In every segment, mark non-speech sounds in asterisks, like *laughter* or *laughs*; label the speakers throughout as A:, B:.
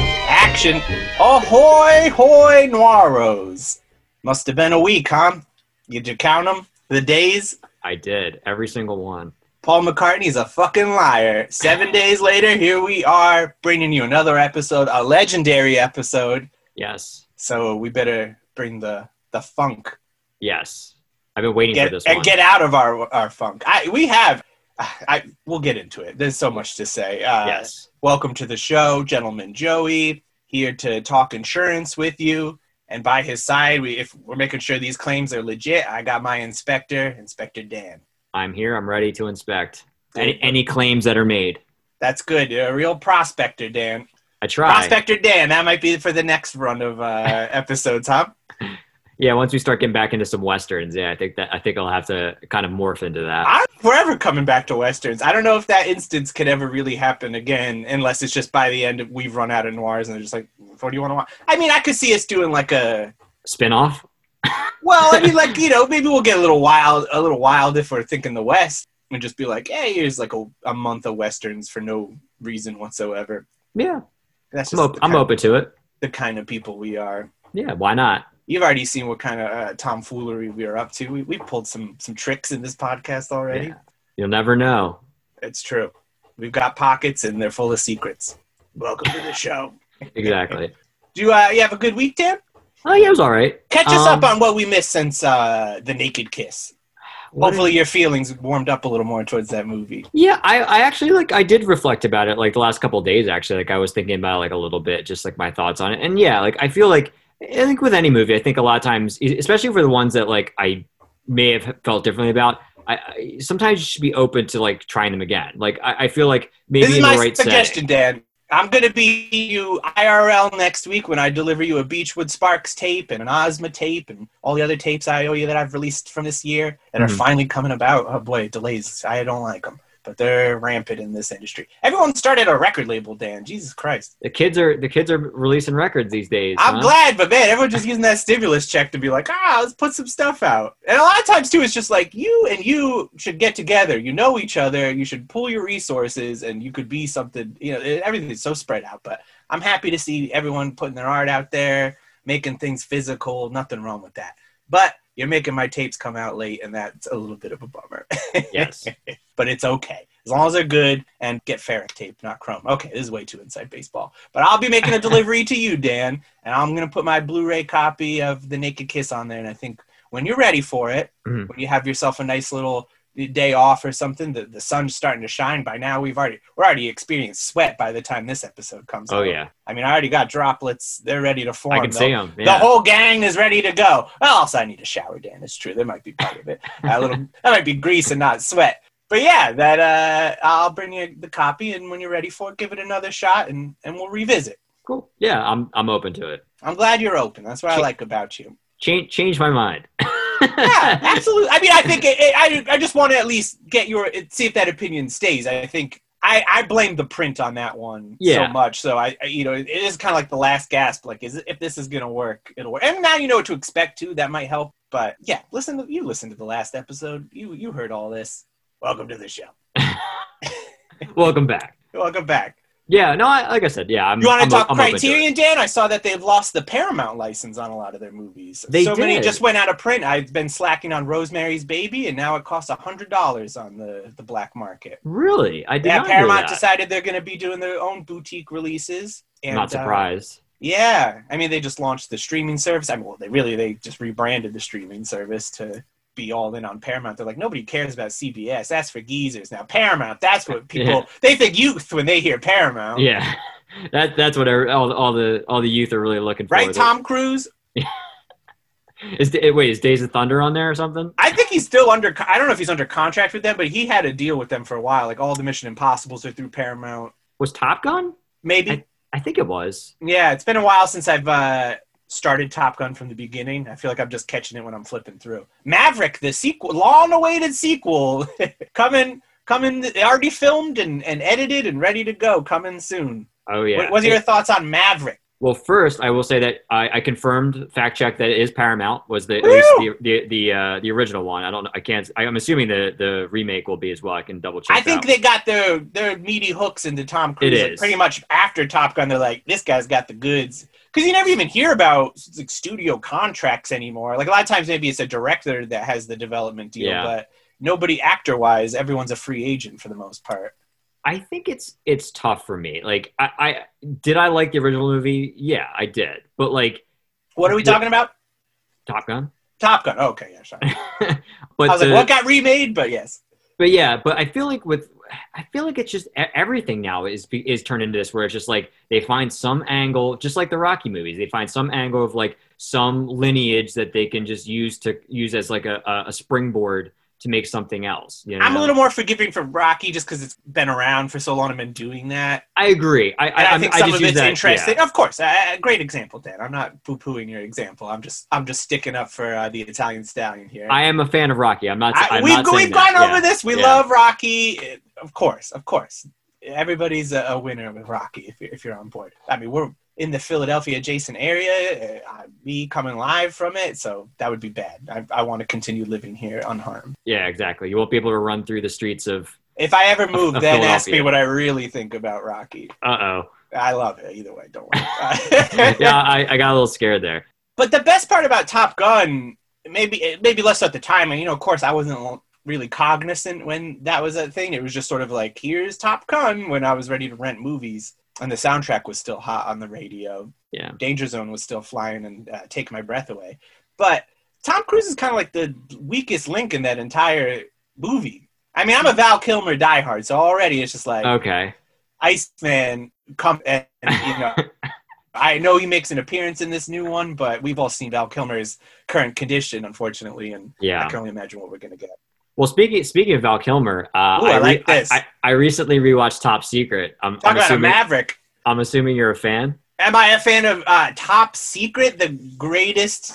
A: description Ahoy, hoy, Noiros. Must have been a week, huh? Did you count them? The days?
B: I did every single one.
A: Paul McCartney's a fucking liar. Seven days later, here we are bringing you another episode, a legendary episode.
B: Yes,
A: So we better bring the, the funk
B: yes. I've been waiting
A: get,
B: for this
A: and
B: one.
A: get out of our, our funk. I, we have, I, we'll get into it. There's so much to say. Uh,
B: yes,
A: Welcome to the show, gentleman Joey, here to talk insurance with you. And by his side, we, if we're making sure these claims are legit, I got my inspector, Inspector Dan.
B: I'm here. I'm ready to inspect any any claims that are made.
A: That's good. You're a real prospector, Dan.
B: I try.
A: Prospector Dan. That might be for the next run of uh, episodes, huh?
B: Yeah, once we start getting back into some westerns, yeah, I think that I think I'll have to kind of morph into that.
A: I'm forever coming back to westerns. I don't know if that instance could ever really happen again, unless it's just by the end of, we've run out of noirs and they're just like, what do you want to watch? I mean, I could see us doing like a
B: Spin off?
A: Well, I mean, like you know, maybe we'll get a little wild, a little wild if we're thinking the West, and just be like, "Hey, here's like a, a month of westerns for no reason whatsoever."
B: Yeah,
A: That's
B: I'm,
A: just
B: op-
A: the,
B: I'm
A: kind,
B: open to it.
A: the kind of people we are.
B: Yeah, why not?
A: You've already seen what kind of uh, tomfoolery we are up to. We we pulled some some tricks in this podcast already.
B: Yeah. You'll never know.
A: It's true. We've got pockets, and they're full of secrets. Welcome to the show. *laughs*
B: Exactly.
A: Do you, uh, you have a good week, Dan?
B: oh yeah, it was all right.
A: Catch us
B: Um,
A: up on what we missed since uh, the Naked Kiss.
B: What
A: Hopefully, your feelings warmed up a little more towards that movie.
B: Yeah, I, I actually like I did reflect about it like the last couple of days actually. Like I was thinking about it, like a little bit, just like my thoughts on it. And yeah, like I feel like I think with any movie, I think a lot of times, e, especially for the ones that like I may have felt differently about, I, I sometimes you should be open to like trying them again. Like I, I feel like maybe
A: this is
B: in
A: my
B: the right
A: suggestion, Dan. I'm gonna be you IRL next week when I deliver you a Beechwood Sparks tape and an Ozma tape and all the other tapes I owe you that I've released from this year that
B: Mhm.
A: are finally coming about. Oh boy, delays. I don't like them, but they're rampant in this industry. Everyone started a record label, Dan. Jesus Christ.
B: The kids are the kids are releasing records these days.
A: I'm
B: huh?
A: glad, but man, everyone's just using that stimulus check to be like, ah, let's put some stuff out. And a lot of times too, it's just like you and you should get together. You know each other. You should pull your resources, and you could be something. You know, everything's so spread out. But I'm happy to see everyone putting their art out there, making things physical. Nothing wrong with that. But you're making my tapes come out late, and that's a little bit of a bummer. *laughs*
B: Yes.
A: but it's okay as long as they're good and get ferric tape, not chrome. Okay, this is way too inside baseball. But I'll be making a
B: *laughs*
A: delivery to you, Dan, and I'm gonna put my Blu-ray copy of The Naked Kiss on there. And I think when you're ready for it,
B: Mhm.
A: when you have yourself a nice little day off or something, the, the sun's starting to shine. By now, we've already we're already experienced sweat by the time this episode comes.
B: Oh
A: out.
B: yeah,
A: I mean, I already got droplets. They're ready to form.
B: I can
A: though.
B: see them.
A: The
B: Yeah.
A: whole gang is ready to go. Well, also I need a shower, Dan. It's true. That might be part of it. A
B: *laughs*
A: little, that might be grease and not sweat. But yeah, that uh, I'll bring you the copy, and when you're ready for it, give it another shot, and and we'll revisit.
B: cool. Yeah, I'm I'm open to it.
A: I'm glad you're open. That's what I
B: Sure.
A: like about you.
B: Change change my mind.
A: Yeah, absolutely. I mean, I think it, it, I I just want to at least get your see if that opinion stays. I think. I, I blame the print on that one
B: Yeah.
A: so much. So I, I you know, it is kind of like the last gasp. Like, is it- if this is gonna work, it'll work. And now you know what to expect too. That might help. But yeah, listen to you. Listen to the last episode. You you heard all this. Welcome to the show.
B: *laughs* Welcome back.
A: Welcome back.
B: Yeah, no, I, like I said, yeah. I'm,
A: You want
B: I'm
A: to
B: o-
A: talk
B: I'm open to it.
A: Criterion, Dan? I saw that they've lost the Paramount license on a lot of their movies.
B: They
A: so many
B: did.
A: just went out of print. I've been slacking on Rosemary's Baby, and now it costs hundred dollars on the the black market.
B: Really, I did
A: Yeah,
B: not
A: Paramount
B: know that.
A: decided they're going to be doing their own boutique releases. And,
B: not
A: uh,
B: surprised.
A: yeah, I mean they just launched the streaming service. I mean, well, they really they just rebranded the streaming service to be all in on Paramount. They're like nobody cares about CBS. That's for geezers. Now Paramount. That's what people
B: *laughs* Yeah.
A: they think youth when they hear Paramount.
B: yeah, *laughs* that that's what every- all, all the all the youth are really looking for.
A: Right, Tom Cruise.
B: Is Da- wait, is Days of Thunder on there or something?
A: I think he's still under. I don't know if he's under contract with them, but he had a deal with them for a while. Like all the Mission Impossible's are through Paramount.
B: Was Top Gun?
A: Maybe.
B: I think it was.
A: yeah, it's been a while since I've uh, started Top Gun from the beginning. I feel like I'm just catching it when I'm flipping through. Maverick, the sequel, long-awaited sequel, *laughs* coming, coming. Already filmed and, and edited and ready to go. Coming soon.
B: Oh yeah.
A: What, what are your thoughts on Maverick?
B: Well, first, I will say that I, I confirmed fact check that it is Paramount was the at least the the the, uh, the original one. I don't know. I can't. I'm assuming the the remake will be as well. I can double check.
A: I think
B: that.
A: they got their their meaty hooks into Tom Cruise.
B: It
A: like,
B: is.
A: pretty much after Top Gun. They're like, this guy's got the goods. Because you never even hear about like studio contracts anymore. Like a lot of times, maybe it's a director that has the development deal,
B: Yeah.
A: but nobody actor wise, everyone's a free agent for the most part.
B: I think it's it's tough for me. Like I, I did I like the original movie? Yeah, I did. But like
A: What are we
B: Yeah.
A: talking about?
B: Top Gun.
A: Top Gun. Oh, okay, yeah, sorry. I
B: but
A: was
B: the-
A: like, what got remade? But yes,
B: but yeah, but I feel like with I feel like it's just e- everything now is be- is turned into this where it's just like they find some angle, just like the Rocky movies, they find some angle of like some lineage that they can just use to use as like a, a- a springboard to make something else. You know?
A: I'm a little more forgiving for Rocky just because it's been around for so long and been doing that.
B: I agree. I
A: And I,
B: I,
A: think
B: I
A: some
B: just
A: of
B: use
A: it's
B: that- yeah.
A: interesting. Of course, uh, great example, Dan. I'm not poo-pooing your example. I'm just I'm just sticking up for uh, the Italian stallion here.
B: I am a fan of Rocky. I'm not.
A: I-
B: I'm
A: we've
B: not saying
A: we've
B: that.
A: gone
B: Yeah.
A: over this. We
B: Yeah.
A: love Rocky, It- of course, of course. Everybody's a, a winner with Rocky if you're, if you're on board. I mean, we're in the Philadelphia adjacent area. Uh, me coming live from it, so that would be bad. I, I want to continue living here unharmed.
B: Yeah, exactly. You won't be able to run through the streets of
A: If I
B: *laughs*
A: ever move,
B: Of
A: then ask me
B: Philadelphia.
A: what I really think about Rocky. *laughs*
B: uh oh.
A: I love it either way. Don't worry. *laughs*
B: *laughs* yeah, I, I got a little scared there.
A: But the best part about Top Gun, maybe maybe less so at the time, and you know, of course, I wasn't really cognizant when that was a thing. It was just sort of like, here's Top Gun when I was ready to rent movies, and the soundtrack was still hot on the radio.
B: Yeah.
A: Danger Zone was still flying and uh, take my breath away. But Tom Cruise is kind of like the weakest link in that entire movie. I mean, I'm a Val Kilmer diehard, so already it's just like,
B: Okay.
A: Iceman come and you
B: *laughs*
A: know I know he makes an appearance in this new one, but we've all seen Val Kilmer's current condition, unfortunately, and I
B: Yeah.
A: can only imagine what we're gonna get.
B: Well, speaking speaking of Val Kilmer, uh,
A: Ooh, I
B: re-
A: like this.
B: I, I, I recently rewatched Top Secret. I'm,
A: Talk
B: I'm
A: about a
B: assuming,
A: maverick.
B: I'm assuming you're a fan.
A: Am I a fan of uh, Top Secret, the greatest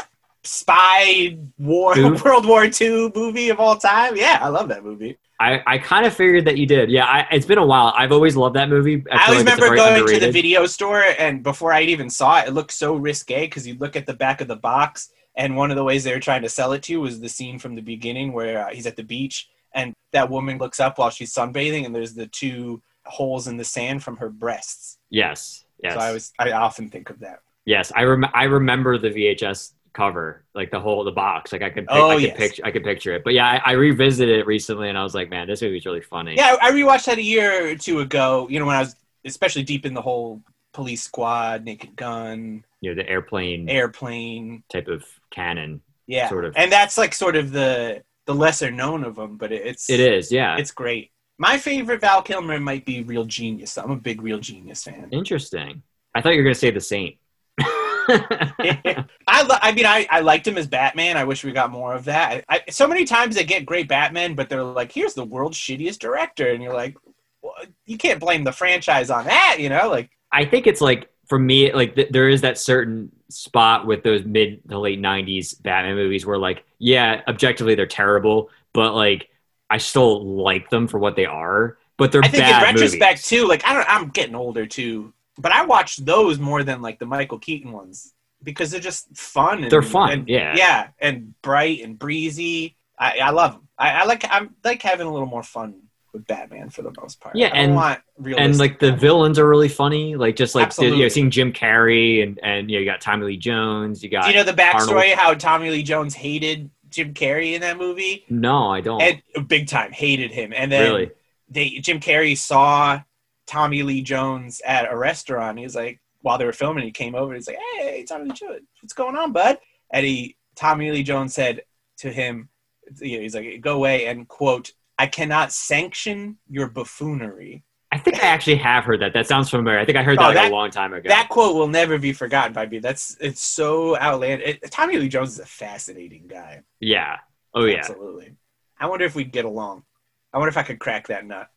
A: spy war
B: Oof.
A: *laughs* World War II movie of all time? Yeah, I love that movie.
B: I, I kind of figured that you did. Yeah, I, it's been a while. I've always loved that movie. feel
A: I, always
B: like it's
A: remember
B: very
A: going to the
B: underrated.
A: video store, and before I even saw it, it looked so risque because you look at the back of the box, and one of the ways they were trying to sell it to you was the scene from the beginning where uh, he's at the beach, and that woman looks up while she's sunbathing, and there's the two holes in the sand from her breasts.
B: Yes. Yes.
A: So I was I often think of that.
B: yes. I rem- I remember the VHS cover, like the whole the box. Like I could. Pic-
A: Oh,
B: I could
A: yes.
B: picture. I could picture it. But yeah, I, I revisited it recently, and I was like, man, this movie's really funny.
A: Yeah, I I rewatched that a year or two ago. You know, when I was especially deep in the whole police squad, Naked Gun,
B: You know, the airplane
A: airplane.
B: type of canon.
A: Yeah,
B: Mm. Sort of.
A: and that's like sort of the the lesser known of them, but it- it's
B: It is. *laughs* Yeah.
A: It's great. My favorite Val Kilmer might be Real Genius. I'm a big Real Genius
B: *laughs*
A: fan.
B: Interesting. I thought you were going to say the Saint. *laughs*
A: I, lo- I mean, I, I liked him as Batman. I wish we got more of that. I, I, so many times they get great Batman, but they're like, here's the world's shittiest director. And you're like, well, you can't blame the franchise on that, you know? Like,
B: I think it's like for me, like th- there is that certain spot with those mid to late '90s Batman movies where, like, yeah, objectively they're terrible, but like I still like them for what they are. But they're
A: I think in
B: bad
A: retrospect,
B: movies.
A: too, like, I don't, I'm getting older, too, but I watch those more than like the Michael Keaton ones because they're just fun. And,
B: They're fun,
A: and-
B: yeah.
A: Yeah. And bright and breezy. I, I love them. I, I like, I like having a little more fun with Batman for the most part.
B: Yeah,
A: I don't
B: and-
A: want
B: and like the
A: villain.
B: villains are really funny. Like just like the, you know,
A: Absolutely.
B: seeing Jim Carrey and and you know you got Tommy Lee Jones. You got
A: Do you know the backstory how Tommy Lee Jones hated Jim Carrey in that movie?
B: no, I don't
A: And uh, big time hated him. And then
B: Oh. really.
A: they Jim Carrey saw Tommy Lee Jones at a restaurant. He was like, while they were filming, he came over. He's like, "Hey, Tommy Lee Jones, what's going on, bud?" And he Tommy Lee Jones said to him, you know, "He's like, go away." And quote, "I cannot sanction your buffoonery."
B: I think I actually have heard that. That sounds familiar. I think I heard
A: Oh,
B: that, like,
A: that-
B: a long time ago.
A: That quote will never be forgotten by me. That's it's so outlandish. It, Tommy Lee Jones is a fascinating guy.
B: yeah. Oh yeah.
A: absolutely. I wonder if we'd get along. I wonder if I could crack that nut.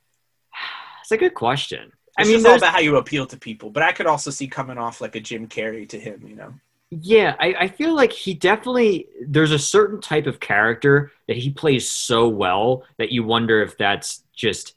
B: It's a good question. I
A: It's
B: mean,
A: just all
B: there's-
A: about how you appeal to people, but I could also see coming off like a Jim Carrey to him, you know.
B: yeah, I, I feel like he definitely there's a certain type of character that he plays so well that you wonder if that's just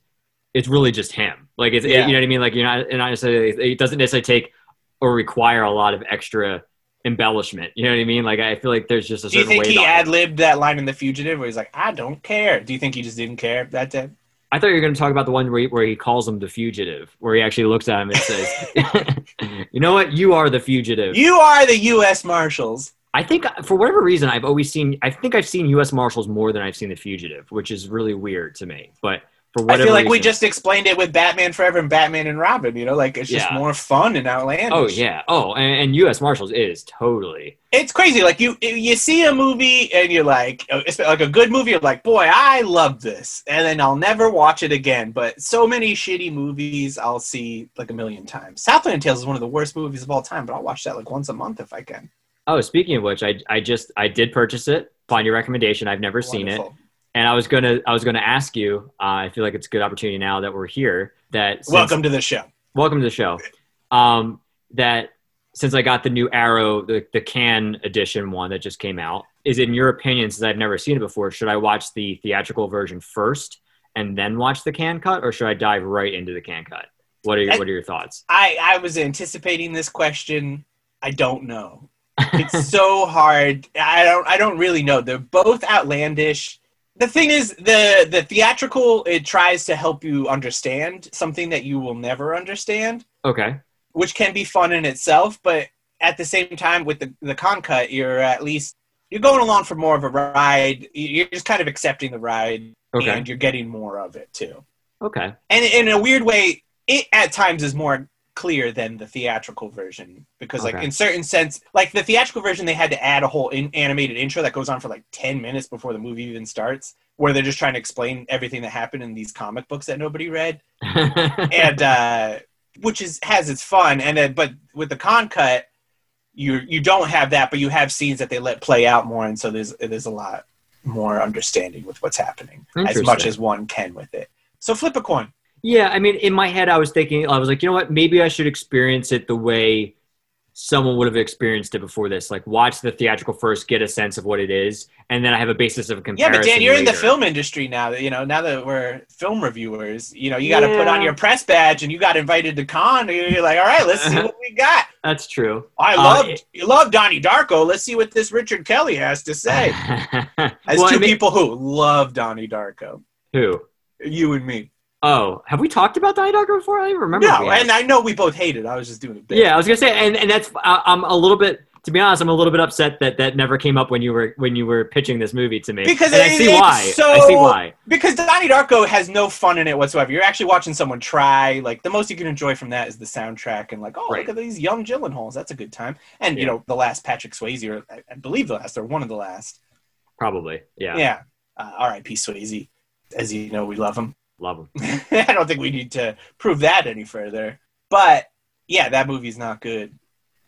B: it's really just him. Like it's
A: Yeah.
B: you know what I mean. Like you're not, and I say it doesn't necessarily take or require a lot of extra embellishment. You know what I mean? Like I feel like there's just a
A: Do you
B: certain
A: think
B: way.
A: he
B: to-
A: ad libbed that line in The Fugitive where he's like, I don't care? Do you think he just didn't care that day?
B: I thought you were going to talk about the one where he, where he calls him the fugitive, where he actually looks at him and says, *laughs* "You know what? You are the fugitive."
A: You are the U.S. Marshals.
B: I think uh, for whatever reason I've always seen I think I've seen US Marshals more than I've seen The Fugitive, which is really weird to me. But
A: I
B: for whatever
A: feel like we
B: reason-
A: just explained it with Batman Forever and Batman and Robin. You know, like it's just
B: Yeah.
A: more fun and outlandish.
B: Oh yeah. Oh, and, and US Marshals is totally.
A: it's crazy. Like you, you see a movie and you're like, uh, it's like a good movie. You're like, boy, I love this, and then I'll never watch it again. But so many shitty movies I'll see like a million times. Southland Tales is one of the worst movies of all time, but I'll watch that like once a month if I can.
B: Oh, speaking of which, I I just I did purchase it. Upon your recommendation, I've never seen it.
A: Wonderful.
B: And I was going to I was going to ask you, uh, I feel like it's a good opportunity now that we're here that since-
A: Welcome to the show.
B: welcome to the show. Um, that since I got the new Arrow, the, the can edition one that just came out, is in your opinion, since I've never seen it before, should I watch the theatrical version first and then watch the can cut, or should I dive right into the can cut? What are your,
A: I-
B: what are your thoughts?
A: I I was anticipating this question. I don't know. It's so hard. I don't I don't really know. They're both outlandish. The thing is the the theatrical it tries to help you understand something that you will never understand,
B: Okay,
A: which can be fun in itself, but at the same time with the the con cut, you're at least you're going along for more of a ride. You're just kind of accepting the ride
B: okay,
A: and you're getting more of it too
B: okay. *laughs*
A: and in a weird way, it at times is more clear than the theatrical version because, like,
B: Okay.
A: in certain sense, like the theatrical version, they had to add a whole in- animated intro that goes on for like ten minutes before the movie even starts, where they're just trying to explain everything that happened in these comic books that nobody read, and uh, which is has its fun. And then, but with the con cut, you you don't have that, but you have scenes that they let play out more, and so there's there's a lot more understanding with what's happening as much
B: Interesting.
A: as one can with it. So flip a coin.
B: Yeah, I mean, in my head, I was thinking, I was like, you know what? Maybe I should experience it the way someone would have experienced it before this. Like, watch the theatrical first, get a sense of what it is, and then I have a basis of a
A: Yeah,
B: comparison.
A: but Dan, you're in the
B: later.
A: film industry now. that You know, now that we're film reviewers, you know, you got to put on
B: Yeah.
A: your press badge, and you got invited to con. and You're like, all right, let's see what
B: *laughs*
A: we got.
B: That's true.
A: I
B: Uh,
A: love
B: it-
A: you love Donnie Darko. Let's see what this Richard Kelly has to
B: *laughs* *sighs*
A: say. As
B: Well, I
A: two
B: mean-
A: people who love Donnie Darko,
B: who?
A: you and me.
B: Oh, have we talked about Donnie Darko before? I don't even remember. if
A: No,
B: we have.
A: and I know we both hate it. I was just doing a bit.
B: yeah, I was gonna say, and and that's I, I'm a little bit. To be honest, I'm a little bit upset that that never came up when you were when you were pitching this movie to me.
A: Because
B: and I
A: it-
B: see
A: it's
B: why.
A: so-
B: I see why.
A: because Donnie Darko has no fun in it whatsoever. You're actually watching someone try. Like the most you can enjoy from that is the soundtrack and like, oh,
B: Right.
A: look at these young Gyllenhaals. That's a good time. And you
B: Yeah.
A: know, the last Patrick Swayze, or I- I believe the last or one of the last.
B: Probably. Yeah.
A: Yeah. Uh, R.I.P. Swayze. As you know, we love him. *laughs*
B: Love him.
A: I don't think we need to prove that any further. But yeah, that movie's not good.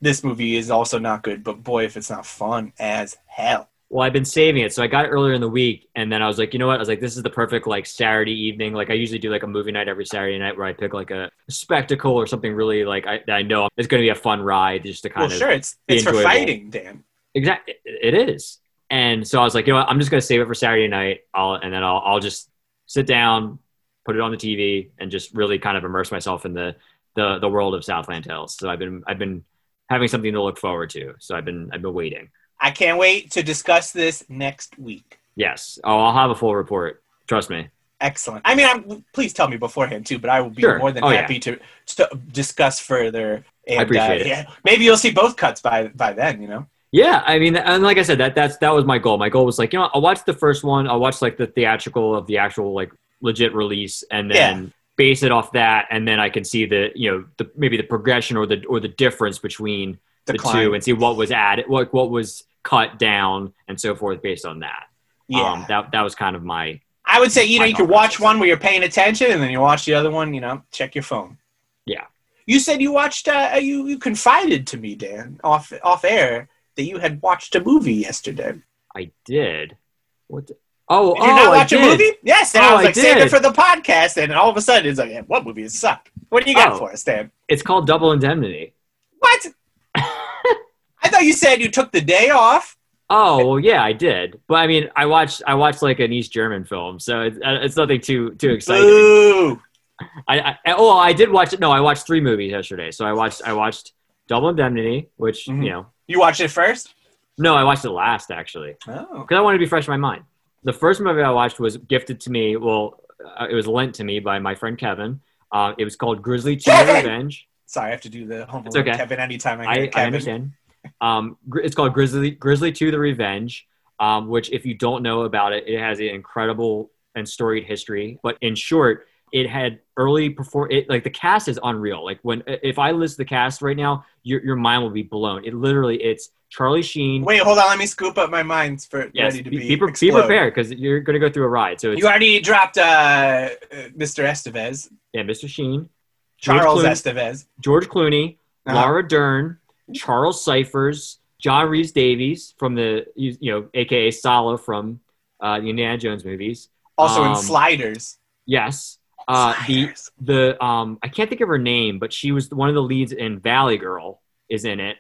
A: This movie is also not good. But boy, if it's not fun as hell.
B: Well, I've been saving it. So I got it earlier in the week and then I was like, you know what? I was like, this is the perfect like Saturday evening. Like I usually do like a movie night every Saturday night where I pick like a spectacle or something really like I, that I know it's going to be a fun ride just to kind
A: well,
B: of
A: sure, it's
B: be
A: it's for
B: enjoyable.
A: fighting, Dan.
B: Exactly, it is. And so I was like, you know what? I'm just going to save it for Saturday night. I'll and then I'll I'll just sit down, put it on the TV, and just really kind of immerse myself in the the the world of Southland Tales. So I've been I've been having something to look forward to. So I've been I've been waiting.
A: I can't wait to discuss this next week.
B: Yes. Oh, I'll have a full report. Trust me.
A: Excellent. I mean, I'm, please tell me beforehand too, but I will be
B: Sure.
A: more than
B: Oh, yeah.
A: happy to, to discuss further. And, uh,
B: appreciate it.
A: Yeah, maybe you'll see both cuts by by then. You know,
B: Yeah, I mean, and like I said, that that's that was my goal. My goal was like, you know, I'll watch the first one, I'll watch like the theatrical of the actual like legit release, and then base it off that, and then I can see the you know the maybe the progression or the or the difference between
A: Decline.
B: the two, and see what was added, what what was cut down, and so forth based on that.
A: yeah,
B: Um, that that was kind of my
A: I would say you know
B: my
A: you could
B: thought
A: watch
B: process.
A: one where you're paying attention, and then you watch the other one. You know, check your phone.
B: Yeah.
A: You said you watched. Uh, you you confided to me, Dan, off off air, that you had watched a movie yesterday.
B: I did. What? The, oh,
A: Did
B: oh,
A: you not
B: I
A: watch a
B: did.
A: movie? Yes. And
B: Oh,
A: I was
B: I
A: like, save
B: did.
A: it for the podcast, and all of a sudden it's like, yeah, what movie is sucked? What do you got
B: Oh.
A: for us, Dan?
B: It's called Double Indemnity.
A: What? I thought you said you took the day off.
B: Oh well, yeah, I did. But I mean, I watched I watched like an East German film, so it's, uh, it's nothing too too exciting.
A: Boo!
B: I, I oh, I did watch it. No, I watched three movies yesterday. So I watched I watched Double Indemnity, which
A: Mhm.
B: you know,
A: You watched it first?
B: no, I watched it last actually
A: Oh.
B: because I wanted to be fresh in my mind. The first movie I watched was gifted to me. Well, uh, it was lent to me by my friend Kevin. Uh, it was called Grizzly Cheater
A: Kevin!
B: Revenge.
A: Sorry, I have to do the homework.
B: It's okay.
A: Kevin, anytime I
B: I,
A: get
B: I
A: Kevin.
B: understand. Um, gr- it's called Grizzly Grizzly Two: The Revenge, um, which if you don't know about it, it has an incredible and storied history. But in short, it had early perform. It like the cast is unreal. Like when if I list the cast right now, your your mind will be blown. It literally it's Charlie Sheen.
A: Wait, hold on. Let me scoop up my minds for
B: yes,
A: ready to
B: be,
A: be.
B: be, pre- be
A: explode.
B: prepared because you're gonna go through a ride. So it's
A: You already dropped uh, uh, Mr. Estevez,
B: yeah, Mr. Sheen, George
A: Charles
B: Clooney-
A: Estevez.
B: George Clooney,
A: Uh-huh.
B: Laura Dern, Charles Cyphers, John Reeves Davies from the you you know AKA Sala from uh, the Indiana Jones movies.
A: Also in
B: Um,
A: Sliders.
B: Yes, uh, the
A: Sliders.
B: the um, I can't think of her name, but she was one of the leads in Valley Girl is in it.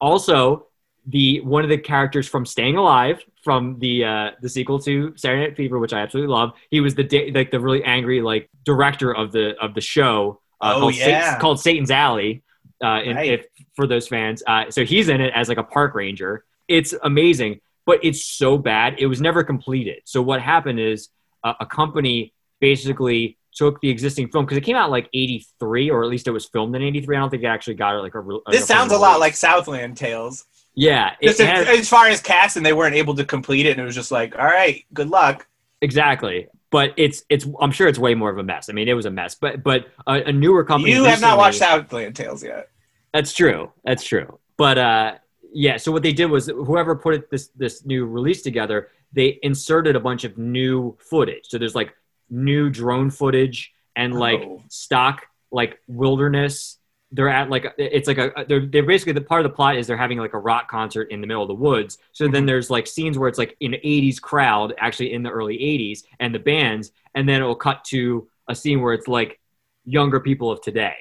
B: Also, the one of the characters from Staying Alive from the uh, the sequel to Saturday Night Fever, which I absolutely love. He was the da- like the really angry like director of the of the show uh,
A: Oh,
B: called, Sa-
A: yeah.
B: called Satan's Alley. Uh, in,
A: Right.
B: if, for those fans, uh, so he's in it as like a park ranger. It's amazing, but it's so bad it was never completed. So what happened is uh, a company basically took the existing film because it came out in, like 83 or at least it was filmed in 83 i don't think it actually got it like a real
A: This sounds a lot like Southland Tales.
B: yeah it
A: Just
B: had-
A: as, as far as cast, and they weren't able to complete it, and it was just like, all right, good luck.
B: exactly but it's it's i'm sure it's way more of a mess i mean it was a mess but but a, a newer company
A: you have not
B: recently-
A: watched Southland Tales yet.
B: That's true. That's true. But uh, yeah, so what they did was whoever put it, this this new release together, they inserted a bunch of new footage. So there's like new drone footage and like
A: Oh.
B: stock like wilderness. They're at like it's like a they're they're basically the part of the plot is they're having like a rock concert in the middle of the woods. So then there's like scenes where it's like an 80s crowd actually in the early 80s and the bands, and then it'll cut to a scene where it's like younger people of today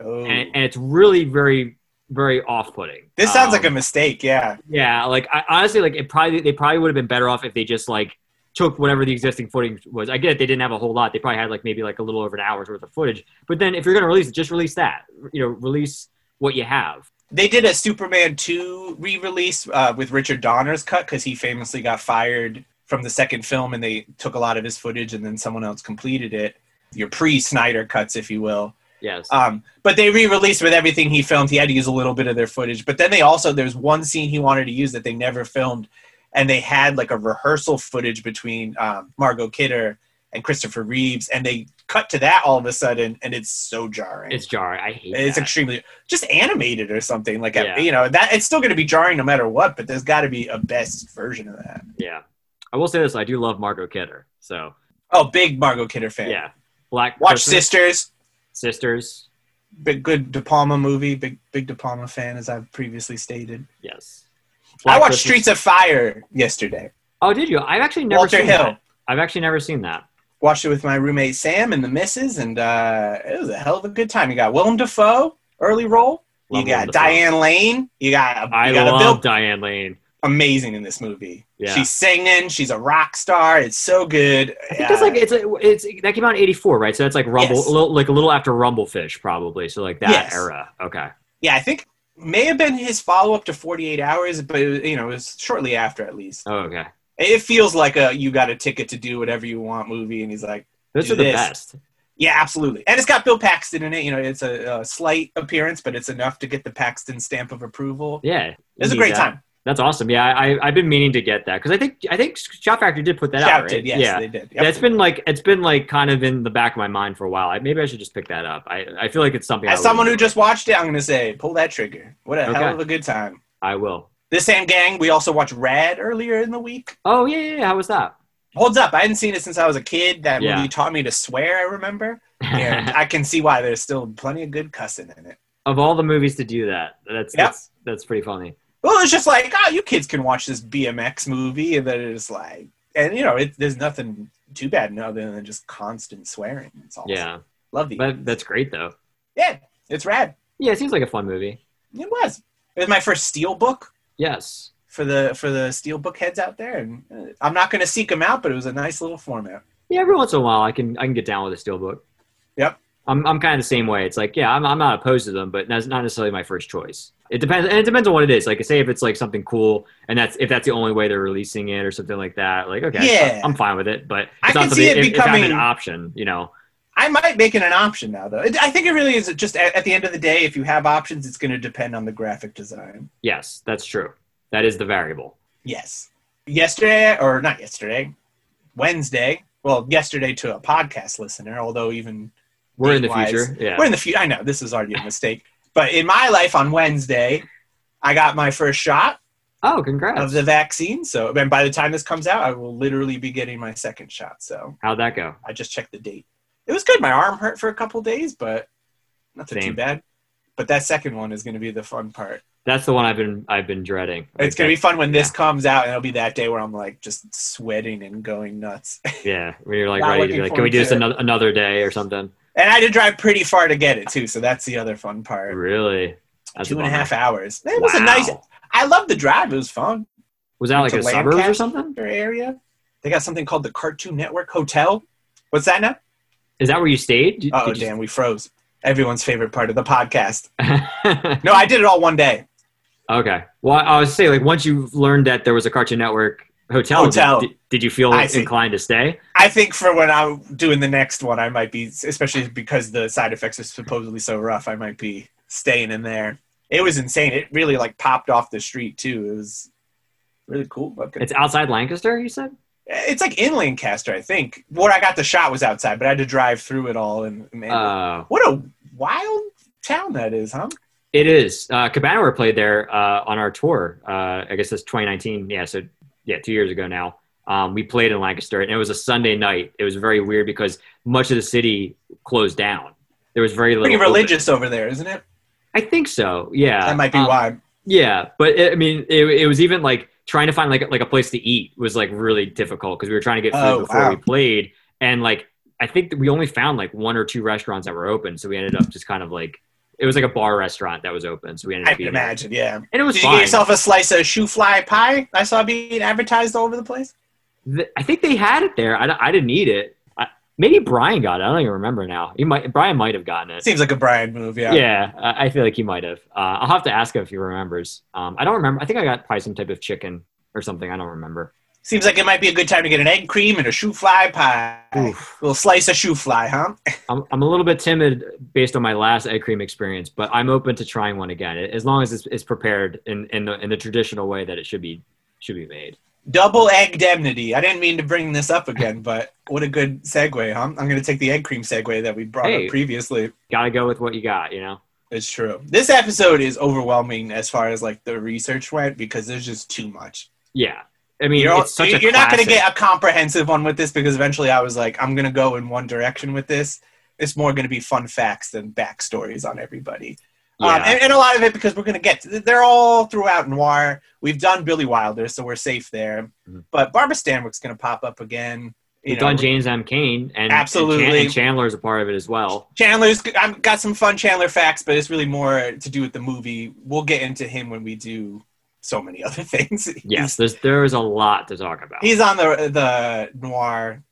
A: Oh.
B: and, and it's really very very off-putting
A: this sounds
B: Um,
A: like a mistake. Yeah.
B: yeah like I, honestly like it probably they probably would have been better off if they just like took whatever the existing footage was i get it they didn't have a whole lot they probably had like maybe like a little over an hour's worth of footage but then if you're going to release it just release that you know release what you have
A: They did a Superman 2 re release uh, with Richard Donner's cut because he famously got fired from the second film and they took a lot of his footage and then someone else completed it. Your pre Snyder cuts, if you will.
B: yes
A: Um, but they re released with everything he filmed. He had to use a little bit of their footage. But then they also, there's one scene he wanted to use that they never filmed. And they had like a rehearsal footage between um, Margot Kidder and Christopher Reeves. And they cut to that all of a sudden. And it's so jarring.
B: it's jarring i hate
A: It's
B: that.
A: extremely just animated or something like
B: Yeah.
A: you know that it's still going to be jarring no matter what, but there's got to be a best version of that.
B: yeah i will say this i do love margot kidder so
A: Oh, big Margot Kidder fan.
B: yeah black
A: Watch
B: Christmas,
A: Sisters,
B: sisters
A: big good De Palma movie, big big De Palma fan as I've previously stated.
B: yes Black
A: I watched
B: Christmas-
A: Streets of Fire yesterday.
B: oh did you i've actually never
A: Walter
B: seen
A: Hill.
B: that. i've actually never seen that
A: Watched it with my roommate Sam and the missus and uh, it was a hell of a good time. You got Willem Dafoe, early role.
B: Love
A: you got
B: Willem Dafoe.
A: Diane Lane. You got
B: I
A: you got a
B: love
A: Bill
B: Diane Lane.
A: amazing in this movie.
B: Yeah.
A: She's singing. She's a rock star. It's so good.
B: I think that's like it's a, it's that came out in '84, right? So that's like Rumble,
A: Yes.
B: a little, like a little after Rumblefish, probably. So like that
A: Yes.
B: era. Okay.
A: yeah, I think may have been his follow up to 48 Hours, but it was, you know, it was shortly after at least.
B: Oh, okay.
A: It feels like a you got a ticket to do whatever you want movie, and he's like,
B: Those
A: Do
B: are the
A: this.
B: best.
A: yeah, absolutely. And it's got Bill Paxton in it. You know, it's a, a slight appearance, but it's enough to get the Paxton stamp of approval.
B: Yeah.
A: It was a
B: Need
A: great
B: that.
A: time.
B: That's awesome. Yeah, I, I I've been meaning to get that because I think I think Shot Factory did put that out,
A: Shout
B: right?
A: did, yes,
B: yeah.
A: they did. Yep.
B: That's been like it's been like kind of in the back of my mind for a while. I, maybe I should just pick that up. I, I feel like it's something. I
A: As
B: would-
A: someone who just watched it, I'm going to say, pull that trigger. What a
B: Okay.
A: hell of a good time.
B: I will.
A: This same gang, we also watched Rad earlier in the week.
B: Oh yeah, yeah. yeah. How was that?
A: holds up. I hadn't seen it since I was a kid. That
B: Yeah.
A: movie taught me to swear. I
B: *laughs*
A: remember, and I can see why there's still plenty of good cussing in it.
B: of all the movies to do that, that's
A: Yep.
B: that's that's pretty funny.
A: Well, it's just like, oh, you kids can watch this BMX movie, and then it's like, and you know, it, there's nothing too bad other than just constant swearing. It's awesome.
B: Yeah,
A: love the
B: but that's great though.
A: yeah. It's rad.
B: Yeah, it seems like a fun movie.
A: It was. It was my first steel book
B: Yes.
A: for the for the steel book heads out there, and uh, I'm not going to seek them out, but it was a nice little format.
B: Yeah, every once in a while I can I can get down with a steelbook.
A: Yep.
B: I'm I'm kind of the same way. It's like, yeah, I'm I'm not opposed to them, but that's not necessarily my first choice. It depends, and it depends on what it is. Like, say if it's like something cool, and that's if that's the only way they're releasing it or something like that. Like, okay,
A: Yeah.
B: I'm fine with it, but it's
A: I
B: not
A: can
B: something-
A: see it
B: if- if I'm
A: becoming-
B: an option. You know,
A: I might make it an option now, though. It- I think it really is just at, at the end of the day, if you have options, it's going to depend on the graphic design.
B: yes, that's true. That is the variable.
A: Yes. Yesterday, or not yesterday, Wednesday. Well, yesterday to a podcast listener, although even
B: We're in the
A: Game-wise.
B: future. Yeah.
A: we're in the future. I know this is already a mistake, but in my life on Wednesday, I got my first shot
B: oh,
A: of
B: congrats.
A: the vaccine. So, and by the time this comes out, I will literally be getting my second shot. So,
B: How'd that go?
A: I just checked the date. It was good. My arm hurt for a couple days, but nothing too
B: Same.
A: bad. But that second one is going to be the fun part.
B: That's the one I've been I've been dreading.
A: It's going to be fun when this comes out, and it'll be that day where I'm like just sweating and going nuts. *laughs*
B: be yeah. When you're like
A: Not
B: ready to be
A: looking
B: like, can we do this
A: forward to
B: another another day or something?
A: and I had to drive pretty far to get it too, so that's the other fun part.
B: Really? That's
A: Two and a
B: bummer.
A: half hours. It was a nice.
B: Wow.
A: I loved the drive. It was fun.
B: Was that like
A: to
B: a suburbs
A: Lancaster?
B: or something?
A: Their area. They got something called the Cartoon Network Hotel. What's that now?
B: Is that where you stayed? Did-
A: Oh
B: did you-
A: damn, we froze. Everyone's favorite part of the podcast.
B: *laughs*
A: No, I did it all one day.
B: okay. Well, I was saying like once you learned that there was a Cartoon Network hotel, did-
A: Hotel.
B: Did, did you feel
A: I see.
B: inclined to stay?
A: I think for when I'm doing the next one, I might be, especially because the side effects are supposedly so rough, I might be staying in there. It was insane. It really like popped off the street too. It was really cool. looking.
B: It's outside Lancaster, you said.
A: It's like in Lancaster, I think. Where I got the shot was outside, but I had to drive through it all. And man,
B: Uh,
A: what a wild town that is, huh?
B: it is. Uh, Cabana were played there uh, on our tour. Uh, I guess that's 2019. Yeah, so yeah, two years ago now. Um, we played in Lancaster, and it was a Sunday night. It was very weird because much of the city closed down. There was very little.
A: Pretty
B: open-
A: religious over there, isn't it?
B: I think so. Yeah,
A: That might be
B: Um,
A: why.
B: Yeah, but it, I mean, it, it was even like trying to find like like a place to eat was like really difficult because we were trying to get food
A: Oh,
B: before
A: wow.
B: we played, and like I think that we only found like one or two restaurants that were open, so we ended up just kind of like it was like a bar restaurant that was open, so we ended
A: I
B: up
A: can
B: eating.
A: imagine, yeah.
B: And it was
A: Did you
B: fine.
A: get yourself a slice of shoe fly pie? I saw being advertised all over the place.
B: Th- I think they had it there. I, don't- I didn't eat it. I, maybe Brian got it. I don't even remember now. He might Brian might have gotten it.
A: Seems like a Brian move,
B: Yeah, I I feel like he might have. Uh, I'll have to ask him if he remembers. Um, I don't remember. I think I got probably some type of chicken or something. I don't remember.
A: Seems like it might be a good time to get an egg cream and a shoe fly pie.
B: Oof.
A: little slice of shoe fly, huh?
B: I'm, I'm a little bit timid based on my last egg cream experience, but I'm open to trying one again as long as it's, it's prepared in, in the in the traditional way that it should be should be made.
A: Double egg demnity. I didn't mean to bring this up again, but what a good segue, huh? I'm going to take the egg cream segue that we brought
B: Hey.
A: up previously.
B: Got to go with what you got, you know.
A: It's true. This episode is overwhelming as far as like the research went because there's just too much.
B: Yeah, I mean,
A: you're
B: it's such a
A: you're not going to
B: classic.
A: get a comprehensive one with this because eventually I was like, I'm going to go in one direction with this. It's more going to be fun facts than backstories on everybody. Um,
B: Yeah.
A: and, and a lot of it because we're going to get to, they're all throughout noir. We've done Billy Wilder, so we're safe there.
B: Mhm.
A: But Barbara Stanwyck's going to pop up again. You
B: We've
A: know,
B: done James M. Cain, and
A: Absolutely.
B: and, Chan- and Chandler's a part of it as well.
A: Chandler's I've got some fun Chandler facts, but it's really more to do with the movie. We'll get into him when we do so many *laughs* other things.
B: Yes, there's there is a lot to talk about.
A: he's, he's on the the noir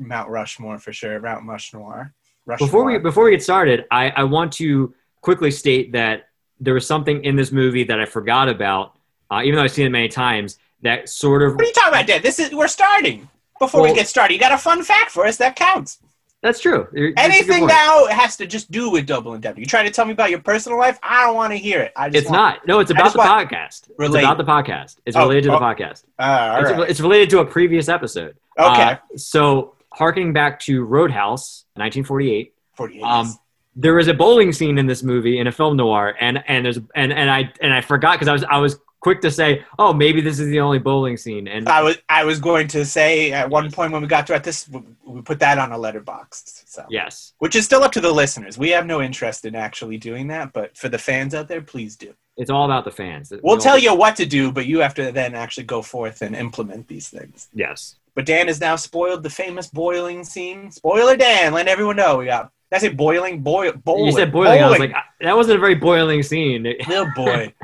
A: Mount Rushmore for sure. Mount Rush Noir. Rush
B: Before
A: Noir.
B: we before we get started, I, I want to quickly state that there was something in this movie that I forgot about, uh, even though I've seen it many times. That sort of
A: what are you talking about, Dad? This is we're starting. Before
B: Well-
A: we get started, you got a fun fact for us that counts.
B: That's true. You're- that's a good
A: Anything
B: point.
A: now has to just do with double indemnity. You trying to tell me about your personal life? I don't want to hear it. I just
B: It's
A: want-
B: not. No, it's
A: I
B: about
A: just
B: the
A: want-
B: podcast. It's
A: Relate.
B: about the podcast. It's
A: Oh,
B: related to the
A: oh,
B: podcast.
A: Ah, all
B: It's,
A: right.
B: it's related to a previous episode.
A: okay.
B: Uh, so, harkening back to Roadhouse, 1948,
A: 48.
B: um, there is a bowling scene in this movie in a film noir, and and there's and and I and I forgot because I was I was quick to say, oh, maybe this is the only bowling scene, and
A: I was I was going to say at one point when we got to at this we- we put that on a letterbox. So
B: yes,
A: which is still up to the listeners. We have no interest in actually doing that, but for the fans out there, please do.
B: it's all about the fans.
A: We'll
B: We
A: tell
B: all-
A: you what to do, but you have to then actually go forth and implement these things.
B: Yes,
A: But Dan has now spoiled the famous boiling scene. Spoiler Dan, let everyone know we got. Did I say boiling, boil, bowling.
B: you said boiling. I was like, I- that wasn't a very boiling
A: *laughs*
B: scene.
A: little Oh, boy.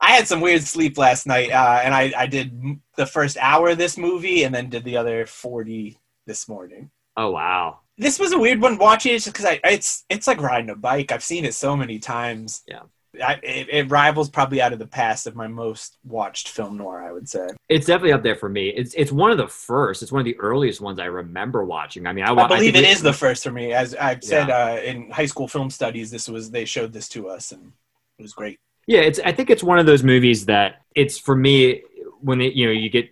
A: I had some weird sleep last night, uh, and I, I did m- the first hour of this movie, and then did the other forty this morning.
B: Oh wow,
A: this was a weird one watching it just because I it's it's like riding a bike. I've seen it so many times.
B: Yeah.
A: I, it, it rivals probably out of the past of my most watched film noir. I would say.
B: It's definitely up there for me. It's it's one of the first. It's one of the earliest ones I remember watching. I mean, I, wa-
A: I believe
B: think
A: it
B: we-
A: is the first for me. As I've said uh, in high school film studies, this was they showed this to us and it was great.
B: Yeah, it's. I think it's one of those movies that it's for me when it, you know you get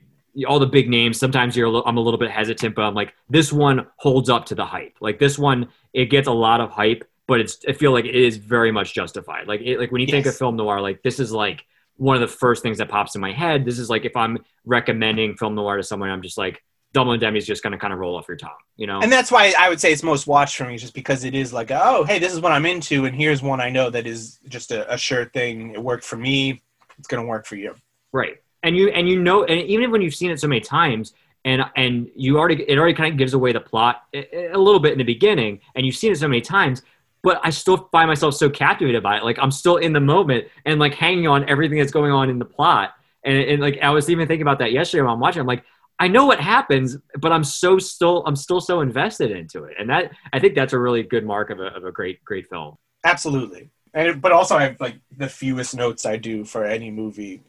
B: all the big names. Sometimes you're. A little, I'm a little bit hesitant, but I'm like this one holds up to the hype. Like this one, it gets a lot of hype, but it's. I feel like it is very much justified. Like it, like when you think of
A: Yes.
B: film noir, like this is like one of the first things that pops in my head. This is like if I'm recommending film noir to someone, I'm just like Dumbo and Demi's just gonna kind of roll off your tongue, you know.
A: And that's why I would say it's most watched for me, just because it is like, oh, hey, this is what I'm into, and here's one I know that is just a, a sure thing. It worked for me. It's gonna work for you.
B: Right. And you and you know and even when you've seen it so many times and and you already it already kind of gives away the plot eh, a, a little bit in the beginning and you've seen it so many times but I still find myself so captivated by it like I'm still in the moment and like hanging on everything that's going on in the plot and and like I was even thinking about that yesterday when I'm watching I'm like I know what happens but I'm so still I'm still so invested into it and that I think that's a really good mark of a of a great great film.
A: Absolutely. And it- but also I have like the fewest notes I do for any movie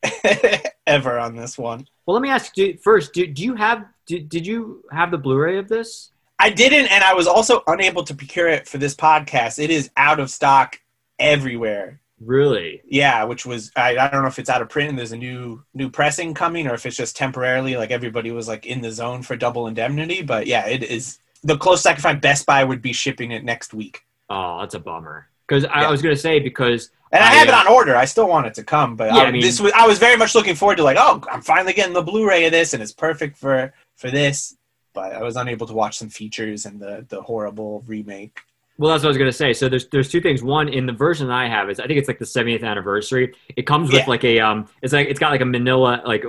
A: *laughs* ever on this one.
B: Well let me ask you first do, do you have did, did you have the Blu-ray of this?
A: I didn't and I was also unable to procure it for this podcast. It is out of stock everywhere.
B: Really?
A: Yeah, which was I, I don't know if it's out of print and there's a new new pressing coming or if it's just temporarily like everybody was like in the zone for double indemnity, but yeah, it is the closest I can find Best Buy would be shipping it next week.
B: Oh, that's a bummer. Because I
A: Yeah.
B: was gonna say because
A: And I,
B: I,
A: have it
B: uh,
A: on order. I still want it to come, but
B: Yeah,
A: I,
B: I mean-
A: this was I was very much looking forward to like, oh, I'm finally getting the Blu-ray of this, and it's perfect for for this. But I was unable to watch some features and the the horrible remake.
B: well, that's what I was gonna say. So there's there's two things. One, in the version that I have is I think it's like the 70th anniversary. It comes with
A: Yeah.
B: like a um, it's like it's got like a Manila like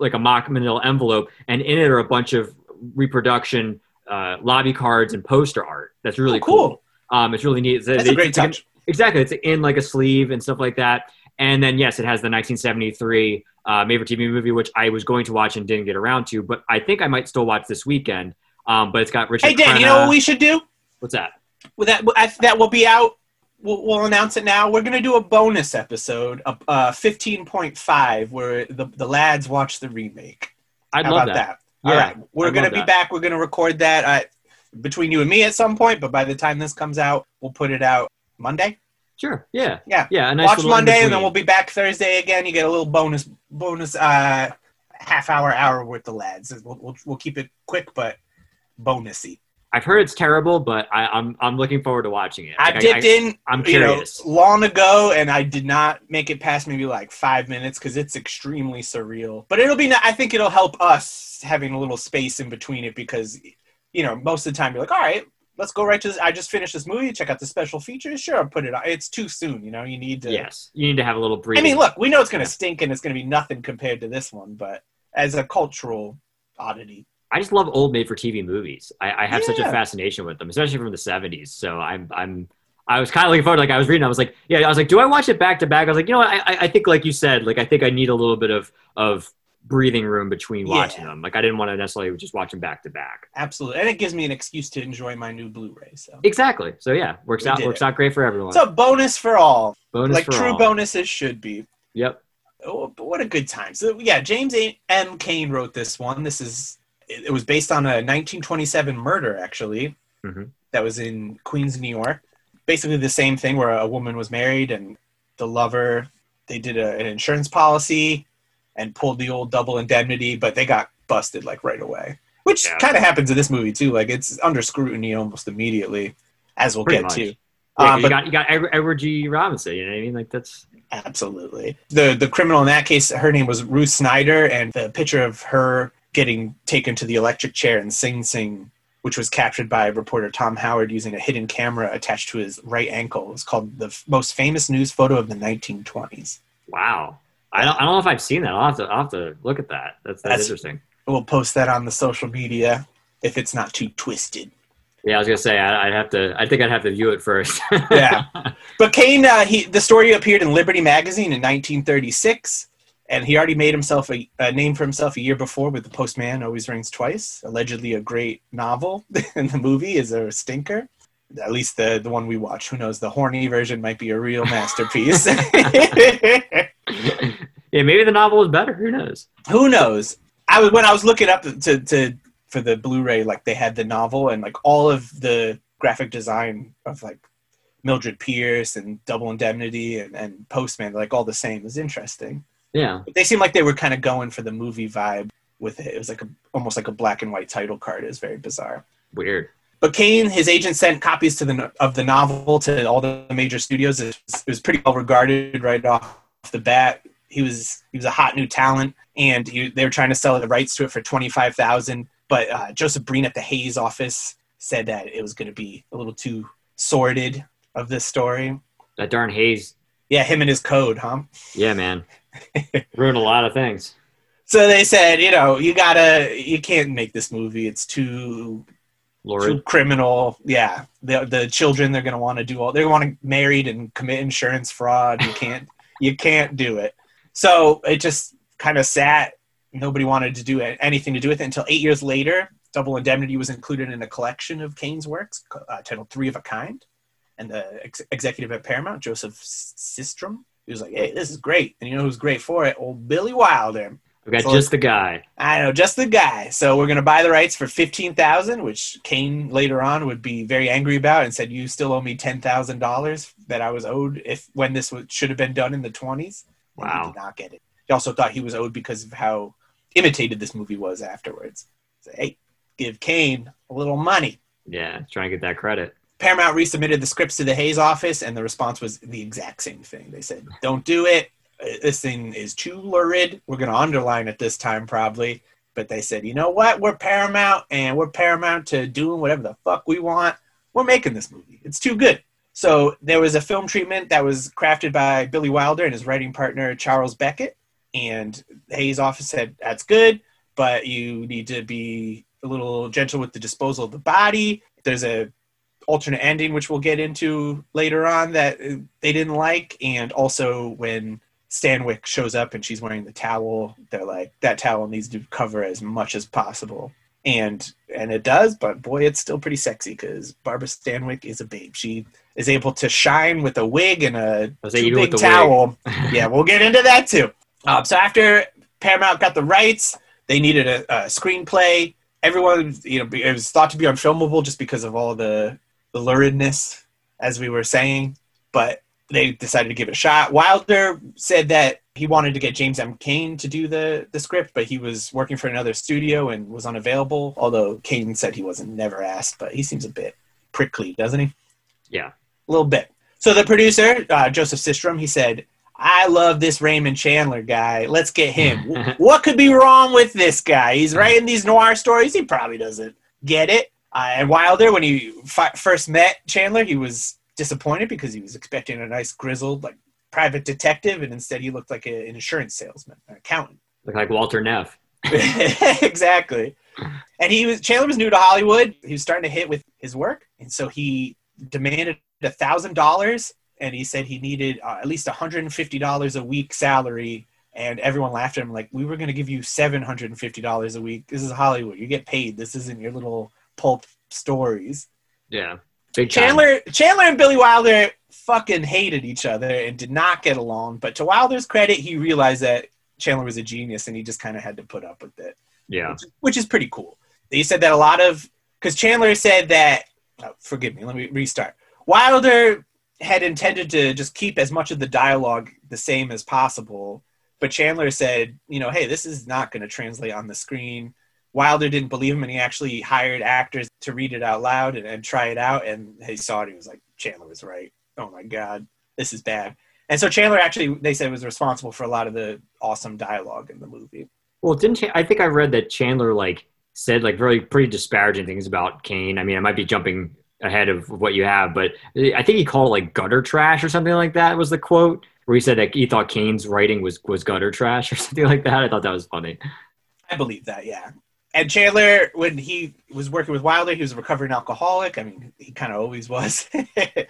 B: like a mock Manila envelope, and in it are a bunch of reproduction uh, lobby cards and poster art. That's really
A: Oh, cool.
B: Um, it's really neat. It's-
A: That's
B: it's
A: a great
B: like an-
A: touch.
B: Exactly. It's in like a sleeve and stuff like that. And then, yes, it has the 1973 uh, made for TV movie, which I was going to watch and didn't get around to, but I think I might still watch this weekend. Um, but it's got Richard.
A: Hey Dan, you
B: Crenna.
A: know what we should do?
B: What's that?
A: Well, that I- that will be out. We'll, we'll announce it now. We're gonna do a bonus episode, uh, uh, 15.5, where the the lads watch the remake.
B: I'd
A: How
B: love
A: about
B: that.
A: that?
B: Yeah,
A: All right, we're
B: love
A: gonna be
B: that.
A: back. We're gonna record that uh, between you and me at some point. But by the time this comes out, we'll put it out Monday.
B: Sure. Yeah.
A: Yeah.
B: Yeah. A nice
A: Watch
B: little
A: Monday, and then
B: in-between.
A: we'll be back Thursday again. You get a little bonus bonus uh, half hour hour with the lads. We'll, we'll we'll keep it quick but bonusy.
B: I've heard it's terrible, but I, I'm I'm looking forward to watching it.
A: I
B: Like,
A: dipped in
B: I'm
A: you know
B: curious.
A: long ago, and I did not make it past maybe like five minutes because it's extremely surreal. But it'll be. ni- I think it'll help us having a little space in between it because you know most of the time you're like, all right, let's go right to this. I just finished this movie. Check out the special features. Sure, I'll put it on. It's too soon. You know, you need to.
B: Yes. You need to have a little
A: I
B: breathing.
A: mean, look, we know it's going to stink and it's going to be nothing compared to this one, but as a cultural oddity,
B: I just love old made for TV movies. I, I have such a
A: Yeah.
B: fascination with them, especially from the seventies. So I'm I'm I was kind of looking forward. Like I was reading, I was like, yeah, I was like, do I watch it back to back? I was like, you know what? I, I- I think like you said, like I think I need a little bit of of breathing room between
A: Yeah.
B: watching them. Like I didn't want to necessarily just watch them back to back.
A: absolutely, and it gives me an excuse to enjoy my new Blu-ray. So
B: Exactly. So yeah, works
A: We
B: out
A: did
B: works
A: it.
B: out great for everyone.
A: it's a bonus for all,
B: bonus
A: like
B: for
A: true
B: all.
A: bonuses should be.
B: Yep.
A: Oh, but what a good time. So yeah, James A- M. Kane wrote this one. This is it it was based on a 1927 murder actually
B: Mhm.
A: that was in Queens, New York. Basically the same thing where a woman was married and the lover they did a, an insurance policy and pulled the old double indemnity, but they got busted like right away. Which
B: Yeah.
A: kind of happens in this movie too. Like it's under scrutiny almost immediately, as we'll
B: Pretty
A: get
B: much.
A: to.
B: Yeah,
A: Um,
B: you
A: but-
B: got you got Edward Edward G. Robinson. You know what I mean? Like that's
A: Absolutely. The the criminal in that case, her name was Ruth Snyder, and the picture of her getting taken to the electric chair in Sing Sing, which was captured by reporter Tom Howard using a hidden camera attached to his right ankle, is called the f- most famous news photo of the 1920s.
B: wow. I don't, I don't know if I've seen that. I'll have to I'll have to look at that. That's that's,
A: That's-
B: interesting.
A: We'll post that on the social media if it's not too twisted.
B: Yeah, I was gonna say I, I'd have to. I think I'd have to view
A: *laughs*
B: it first. *laughs*
A: Yeah. But Kane, uh, he the story appeared in Liberty magazine in 1936, and he already made himself a, a name for himself a year before with the postman always rings twice allegedly a great novel *laughs* and the movie is a stinker at least the, the one we watch who knows the horny version might be a real masterpiece *laughs*
B: yeah, maybe the novel is better. Who knows?
A: who knows i was when i was looking up to, to for the blu-ray like they had the novel and like all of the graphic design of like mildred pierce and double indemnity and, and postman like all the same is interesting
B: Yeah.
A: but they seemed like they were kind of going for the movie vibe with it it was like a, almost like a black and white title card it was very bizarre
B: Weird.
A: but Kane, his agent, sent copies to the no- of the novel to all the major studios. It was, it was pretty well regarded right off the bat. He was he was a hot new talent, and he, they were trying to sell the rights to it for twenty five thousand. But uh, Joseph Breen at the Hayes office said that it was going to be a little too sordid of this story.
B: That darn haze.
A: Yeah, him and his code, huh?
B: Yeah, man. Ruined a lot of things.
A: So they said, you know, you gotta, you can't make this movie. It's too
B: Lord.
A: too criminal. Yeah, the the children they're gonna want to do all they want to married and commit insurance fraud. You can't you can't do it. So it just kind of sat. Nobody wanted to do a- anything to do with it until eight years later. Double Indemnity was included in a collection of Kane's works uh, titled Three of a Kind, and the ex- executive at Paramount, Joseph S- Sistrom, he was like, "Hey, this is great," and you know who's great for it? Old Billy Wilder.
B: I've got
A: so-
B: just the guy.
A: I know, just the guy. So we're gonna buy the rights for fifteen thousand, which Kane later on would be very angry about and said, "You still owe me ten thousand dollars that I was owed if when this was, should have been done in the 20s. And
B: Wow.
A: he did not get it. He also thought he was owed because of how imitated this movie was afterwards. So, hey, give Kane a little money.
B: Yeah, trying to get that credit.
A: Paramount resubmitted the scripts to the Hayes office, and the response was the exact same thing. They said, "Don't do it. Uh, This thing is too lurid. We're going to underline it this time, probably." But they said, "You know what? We're Paramount, and we're Paramount to doing whatever the fuck we want. We're making this movie. It's too good." So there was a film treatment that was crafted by Billy Wilder and his writing partner Charles Beckett, and the Hayes office said, "That's good, but you need to be a little gentle with the disposal of the body." There's a alternate ending, which we'll get into later on, that uh, they didn't like. And also when Stanwick shows up and she's wearing the towel, they're like, that towel needs to cover as much as possible. And and it does, but boy, it's still pretty sexy because Barbara Stanwyck is a babe. She is able to shine with a wig and a
B: I was like,
A: too
B: you
A: big
B: with the wig. Uh,
A: towel. yeah, we'll get into that
B: *laughs*
A: too. Um, so after Paramount got the rights, they needed a, a screenplay. Everyone, you know, be- it was thought to be unfilmable just because of all the, the luridness, as we were saying. But they decided to give it a shot. Wilder said that he wanted to get James M. Cain to do the, the script, but he was working for another studio and was unavailable. Although Cain said he wasn't never asked, but he seems a bit prickly, doesn't he?
B: Yeah.
A: a little bit. So the producer, uh, Joseph Sistrom, he said, "I love this Raymond Chandler guy. Let's get him. Wh- what could be wrong with this guy? He's writing these noir stories. He probably doesn't get it." Uh, and Wilder, when he fi- first met Chandler, he was disappointed because he was expecting a nice grizzled like private detective, and instead he looked like a, an insurance salesman, an accountant.
B: Look like Walter Neff.
A: *laughs* exactly. And he was Chandler was new to Hollywood. He was starting to hit with his work, and so he demanded a thousand dollars, and he said he needed uh, at least one hundred and fifty dollars a week salary. And everyone laughed at him, like, "We were going to give you seven hundred and fifty dollars a week. This is Hollywood. You get paid. This isn't your little pulp stories."
B: Yeah. Big time.
A: Chandler Chandler and Billy Wilder fucking hated each other and did not get along. But to Wilder's credit, he realized that Chandler was a genius and he just kind of had to put up with it
B: Yeah.
A: which is pretty cool. They said that a lot of because Chandler said that. Oh, forgive me. Let me restart. Wilder had intended to just keep as much of the dialogue the same as possible, but Chandler said, you know, hey, this is not going to translate on the screen. Wilder didn't believe him, and he actually hired actors to read it out loud and, and try it out. And he saw it. and He was like, Chandler was right. Oh my god, this is bad. And so Chandler actually, they said, was responsible for a lot of the awesome dialogue in the movie.
B: Well, didn't Ch- I think I read that Chandler like said like very pretty disparaging things about Kane. I mean, I might be jumping ahead of what you have, but I think he called it like gutter trash or something like that was the quote where he said that he thought Kane's writing was was gutter trash *laughs* or something like that. I thought that was funny.
A: I believe that, yeah. And Chandler, when he was working with Wilder, he was a recovering alcoholic. I mean, *laughs* he kind of always was.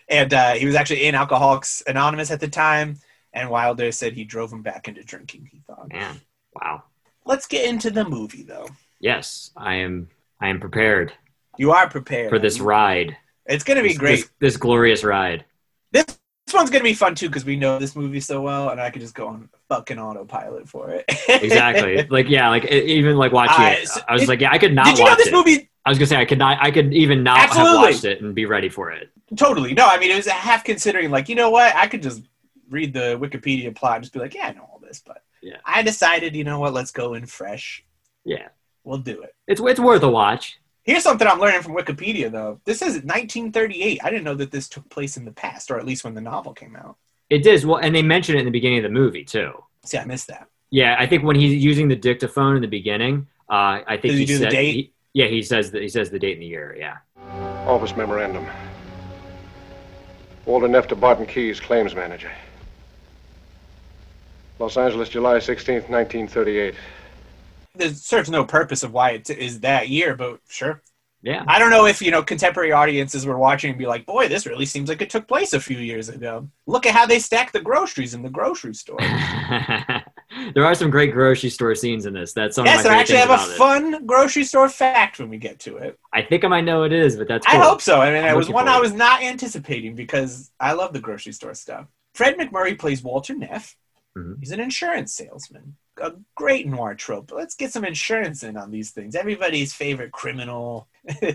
A: and uh, he was actually in Alcoholics Anonymous at the time. And Wilder said he drove him back into drinking. He thought.
B: Man, wow.
A: Let's get into the movie though.
B: Yes, I am. I am prepared
A: You are prepared
B: for this ride.
A: It's gonna be
B: This-
A: great.
B: This, this glorious ride.
A: this one's gonna be fun too because we know this movie so well, and I could just go on fucking autopilot for it. *laughs*
B: Exactly. like yeah. Like e- even like watching
A: I-
B: it, I was like, yeah, I could not
A: Did you
B: watch
A: know this
B: it.
A: movie?
B: I was gonna say I could not. I could even not have
A: Absolutely.
B: watched it and be ready for it.
A: Totally. No, I mean it was a half considering. Like you know what? I could just read the Wikipedia plot and just be like, yeah, I know all this, but
B: Yeah.
A: I decided, you know what? Let's go in fresh.
B: Yeah.
A: We'll do it.
B: It's it's worth a watch.
A: Here's something I'm learning from Wikipedia though. This is 1938. I didn't know that this took place in the past, or at least when the novel came out.
B: It is well, and they mention it in the beginning of the movie too.
A: See, I missed that.
B: Yeah, I think when he's using the dictaphone in the beginning, uh, I think
A: Does he do the
B: said-
A: date?
B: he- yeah, he says that he says the date and the year. Yeah.
C: Office memorandum. Walden F. to Barton Keys, claims manager. Los Angeles, July 16th, 1938.
A: There serves no purpose of why it is that year, but sure.
B: Yeah. *laughs*
A: I don't know if you know contemporary audiences were watching and be like, "Boy, this really seems like it took place a few years ago." Look at how they stack the groceries in the grocery store. yes,
B: there are some great grocery store scenes in this. That's some of
A: and
B: my
A: I
B: favorite
A: actually
B: things
A: have a
B: about it.
A: fun grocery store fact when we get to it.
B: I think I might know what it is, but that's cool.
A: I hope so. I mean,
B: I'm
A: it was
B: looking
A: one I
B: forward.
A: was not anticipating because I love the grocery store stuff. Fred McMurray plays Walter Neff.
B: Mhm.
A: He's an insurance salesman. A great noir trope. Let's get some insurance in on these things. Everybody's favorite criminal. *laughs*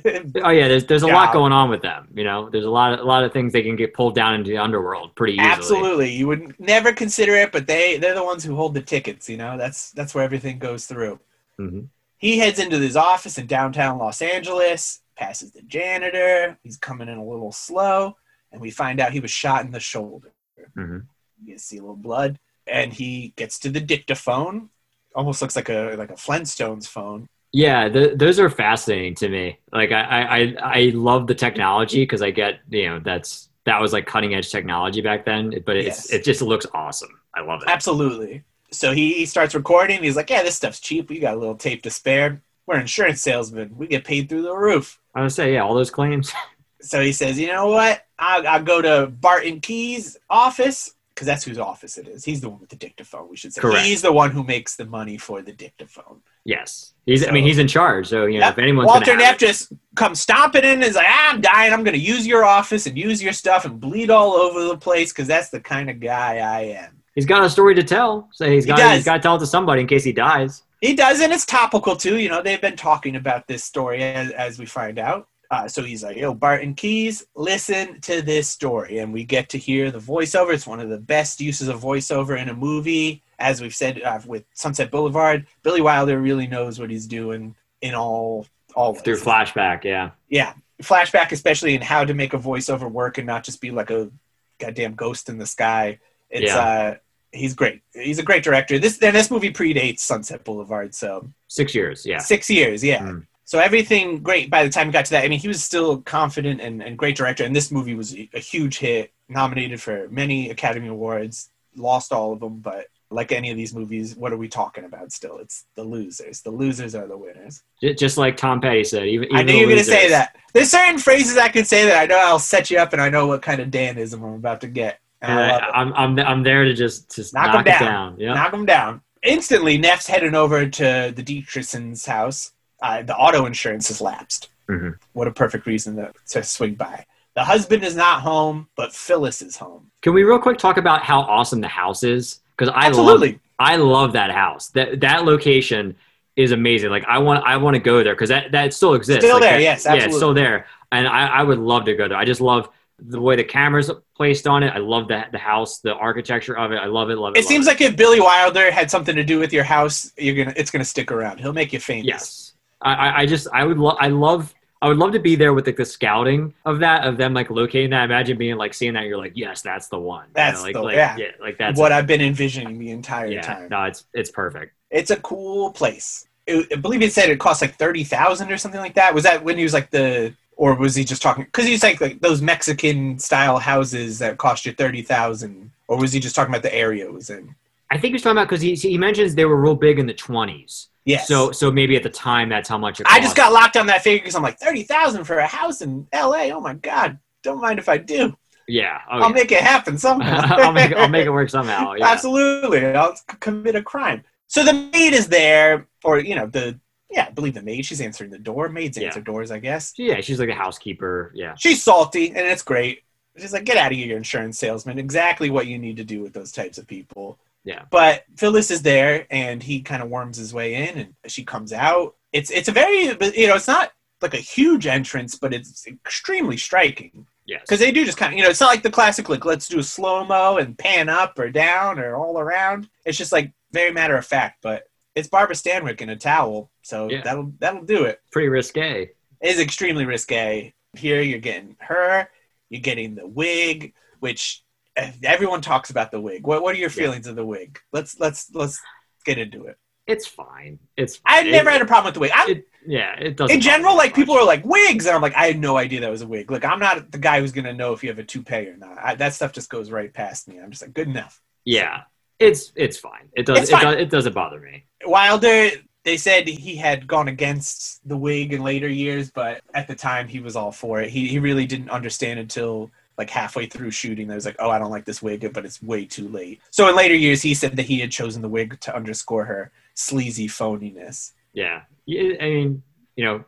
B: Oh yeah, there's there's a lot
A: Yeah.
B: going on with them. You know, there's a lot a lot of things they can get pulled down into the underworld pretty easily.
A: Absolutely, you would never consider it, but they they're the ones who hold the tickets. You know, that's that's where everything goes through.
B: Mhm.
A: He heads into his office in downtown Los Angeles, passes the janitor. He's coming in a little slow, and we find out he was shot in the shoulder.
B: Mhm.
A: You see a little blood, and he gets to the dictaphone. Almost looks like a like a Flintstones phone.
B: Yeah, th those are fascinating to me. Like I I I, I love the technology because I get you know that's that was like cutting edge technology back then, but it's
A: Yes.
B: it just looks awesome. I love it.
A: Absolutely. So he, he starts recording. He's like, "Yeah, this stuff's cheap. We got a little tape to spare. We're insurance salesmen. We get paid through the roof."
B: I was gonna say yeah, all those claims. *laughs*
A: So he says, you know what? I'll, I'll go to Barton Key's office because that's whose office it is. He's the one with the dictaphone, we should say.
B: Correct.
A: He's the one who makes the money for the dictaphone.
B: yes, he's I mean
A: So-
B: he's in charge, so you know
A: Yep.
B: if anyone's
A: Walter
B: gonna have
A: Neff just comes stomping in and is like, ah, I'm dying. I'm going to use your office and use your stuff and bleed all over the place because that's the kind of guy I am.
B: it, he's got a story to tell, so he's
A: He
B: got
A: does.
B: he's got to tell it to somebody in case he dies.
A: He does, and it's topical too. You know, they've been talking about this story as, as we find out. Uh, so he's like, yo, Barton Keys, listen to this story. And we get to hear the voiceover. It's one of the best uses of voiceover in a movie. As we've said uh, with Sunset Boulevard, Billy Wilder really knows what he's doing in all, all ways.
B: Through flashback, yeah,
A: Yeah. Flashback, especially in how to make a voiceover work and not just be like a goddamn ghost in the sky. It's,
B: Yeah.
A: uh, he's great. He's a great director. This, and this movie predates Sunset Boulevard, so
B: six years, yeah.
A: six years yeah
B: Mm.
A: so everything great by the time he got to that i mean he was still confident and, and great director and this movie was a a huge hit nominated for many academy awards lost all of them but like any of these movies what are we talking about still it's the losers the losers are the winners
B: J- Just like Tom Petty said, even,
A: i
B: even
A: knew
B: the
A: you were going to
B: losers.
A: say that there's certain phrases i could say that i know i'll set you up and i know what kind of danism i'm about to get and
B: And
A: I
B: I,
A: love it.
B: Uh, I'm, I'm, I'm there to just, just
A: Knock
B: knock,
A: 'em
B: it
A: down.
B: down. Yeah.
A: knock him down. Instantly, Neff's heading over to the Dietrichson's house. Uh, the auto insurance has lapsed.
B: Mhm.
A: What a perfect reason to, to swing by. The husband is not home, but Phyllis is home.
B: Can we real quick talk about how awesome the house is? Because I love,
A: Absolutely.
B: I love that house. That that location is amazing. Like I want, I want to go there because that that still exists.
A: Still
B: Like,
A: there,
B: that-
A: yes,
B: yeah, it's
A: absolutely.
B: still there. And I, I would love to go there. I just love the way the cameras placed on it. I love the the house, the architecture of it. I love it. Love it.
A: It
B: love
A: seems like if Billy Wilder had something to do with your house, you're gonna it's gonna stick around. He'll make you famous.
B: Yes, I- I, I just I would love I love I would love to be there with like the scouting of that of them like locating that. Imagine being like seeing that you're like yes that's the one. You
A: That's
B: know, like,
A: the-
B: like,
A: yeah.
B: like that's
A: what I've been envisioning the entire
B: yeah
A: time.
B: no it's it's perfect.
A: It's a cool place. It, I believe it said it cost like thirty thousand or something like that. Was that when he was like the, or was he just talking? Because he's like, like those Mexican style houses that cost you thirty thousand, or was he just talking about the area it was in?
B: I think he's talking about because he he mentions they were real big in the twenties.
A: Yes.
B: So so maybe at the time that's how much it
A: I just
B: cost.
A: got locked on that figure because I'm like thirty thousand for a house in L.A. Oh my god, don't mind if I do.
B: yeah. Oh,
A: I'll
B: *laughs* yeah.
A: make it happen somehow.
B: I'll make I'll make it
A: *laughs*
B: work somehow. Yeah.
A: Absolutely. I'll c- commit a crime. So the maid is there, or, you know, the, yeah, I believe the maid. She's answering the door. Maids
B: Yeah.
A: answer doors, I guess.
B: Yeah, she's like a housekeeper. Yeah.
A: She's salty, and it's great. She's like, get out of here, you insurance salesman. Exactly what you need to do with those types of people.
B: Yeah.
A: But Phyllis is there, and he kind of worms his way in, and she comes out. It's it's a very you know it's not like a huge entrance, but it's extremely striking
B: Yes.
A: because they do just kind of you know it's not like the classic like let's do a slow mo and pan up or down or all around. It's just like very matter of fact, but it's Barbara Stanwyck in a towel, so
B: Yeah.
A: that'll that'll do it
B: Pretty risque.
A: is extremely risque. Here you're getting her, you're getting the wig, which eh, everyone talks about the wig. What what are your
B: Yeah.
A: feelings of the wig? Let's let's let's get into it.
B: It's fine. It's.
A: I've
B: it-
A: never had a problem with the wig. I'm,
B: It, yeah, it doesn't.
A: in general,
B: bother me
A: like
B: much.
A: people are like wigs, and I'm like, I had no idea that was a wig. Like I'm not the guy who's gonna know if you have a toupee or not. I, that stuff just goes right past me. I'm just like, good enough.
B: Yeah, it's it's fine. It does.
A: It's
B: It,
A: fine.
B: does it doesn't bother me.
A: Wilder, they said he had gone against the wig in later years, but at the time he was all for it. He, he really didn't understand until like halfway through shooting that was like, oh, I don't like this wig, but it's way too late. So in later years, he said that he had chosen the wig to underscore her sleazy phoniness.
B: Yeah, Y- I mean, you know,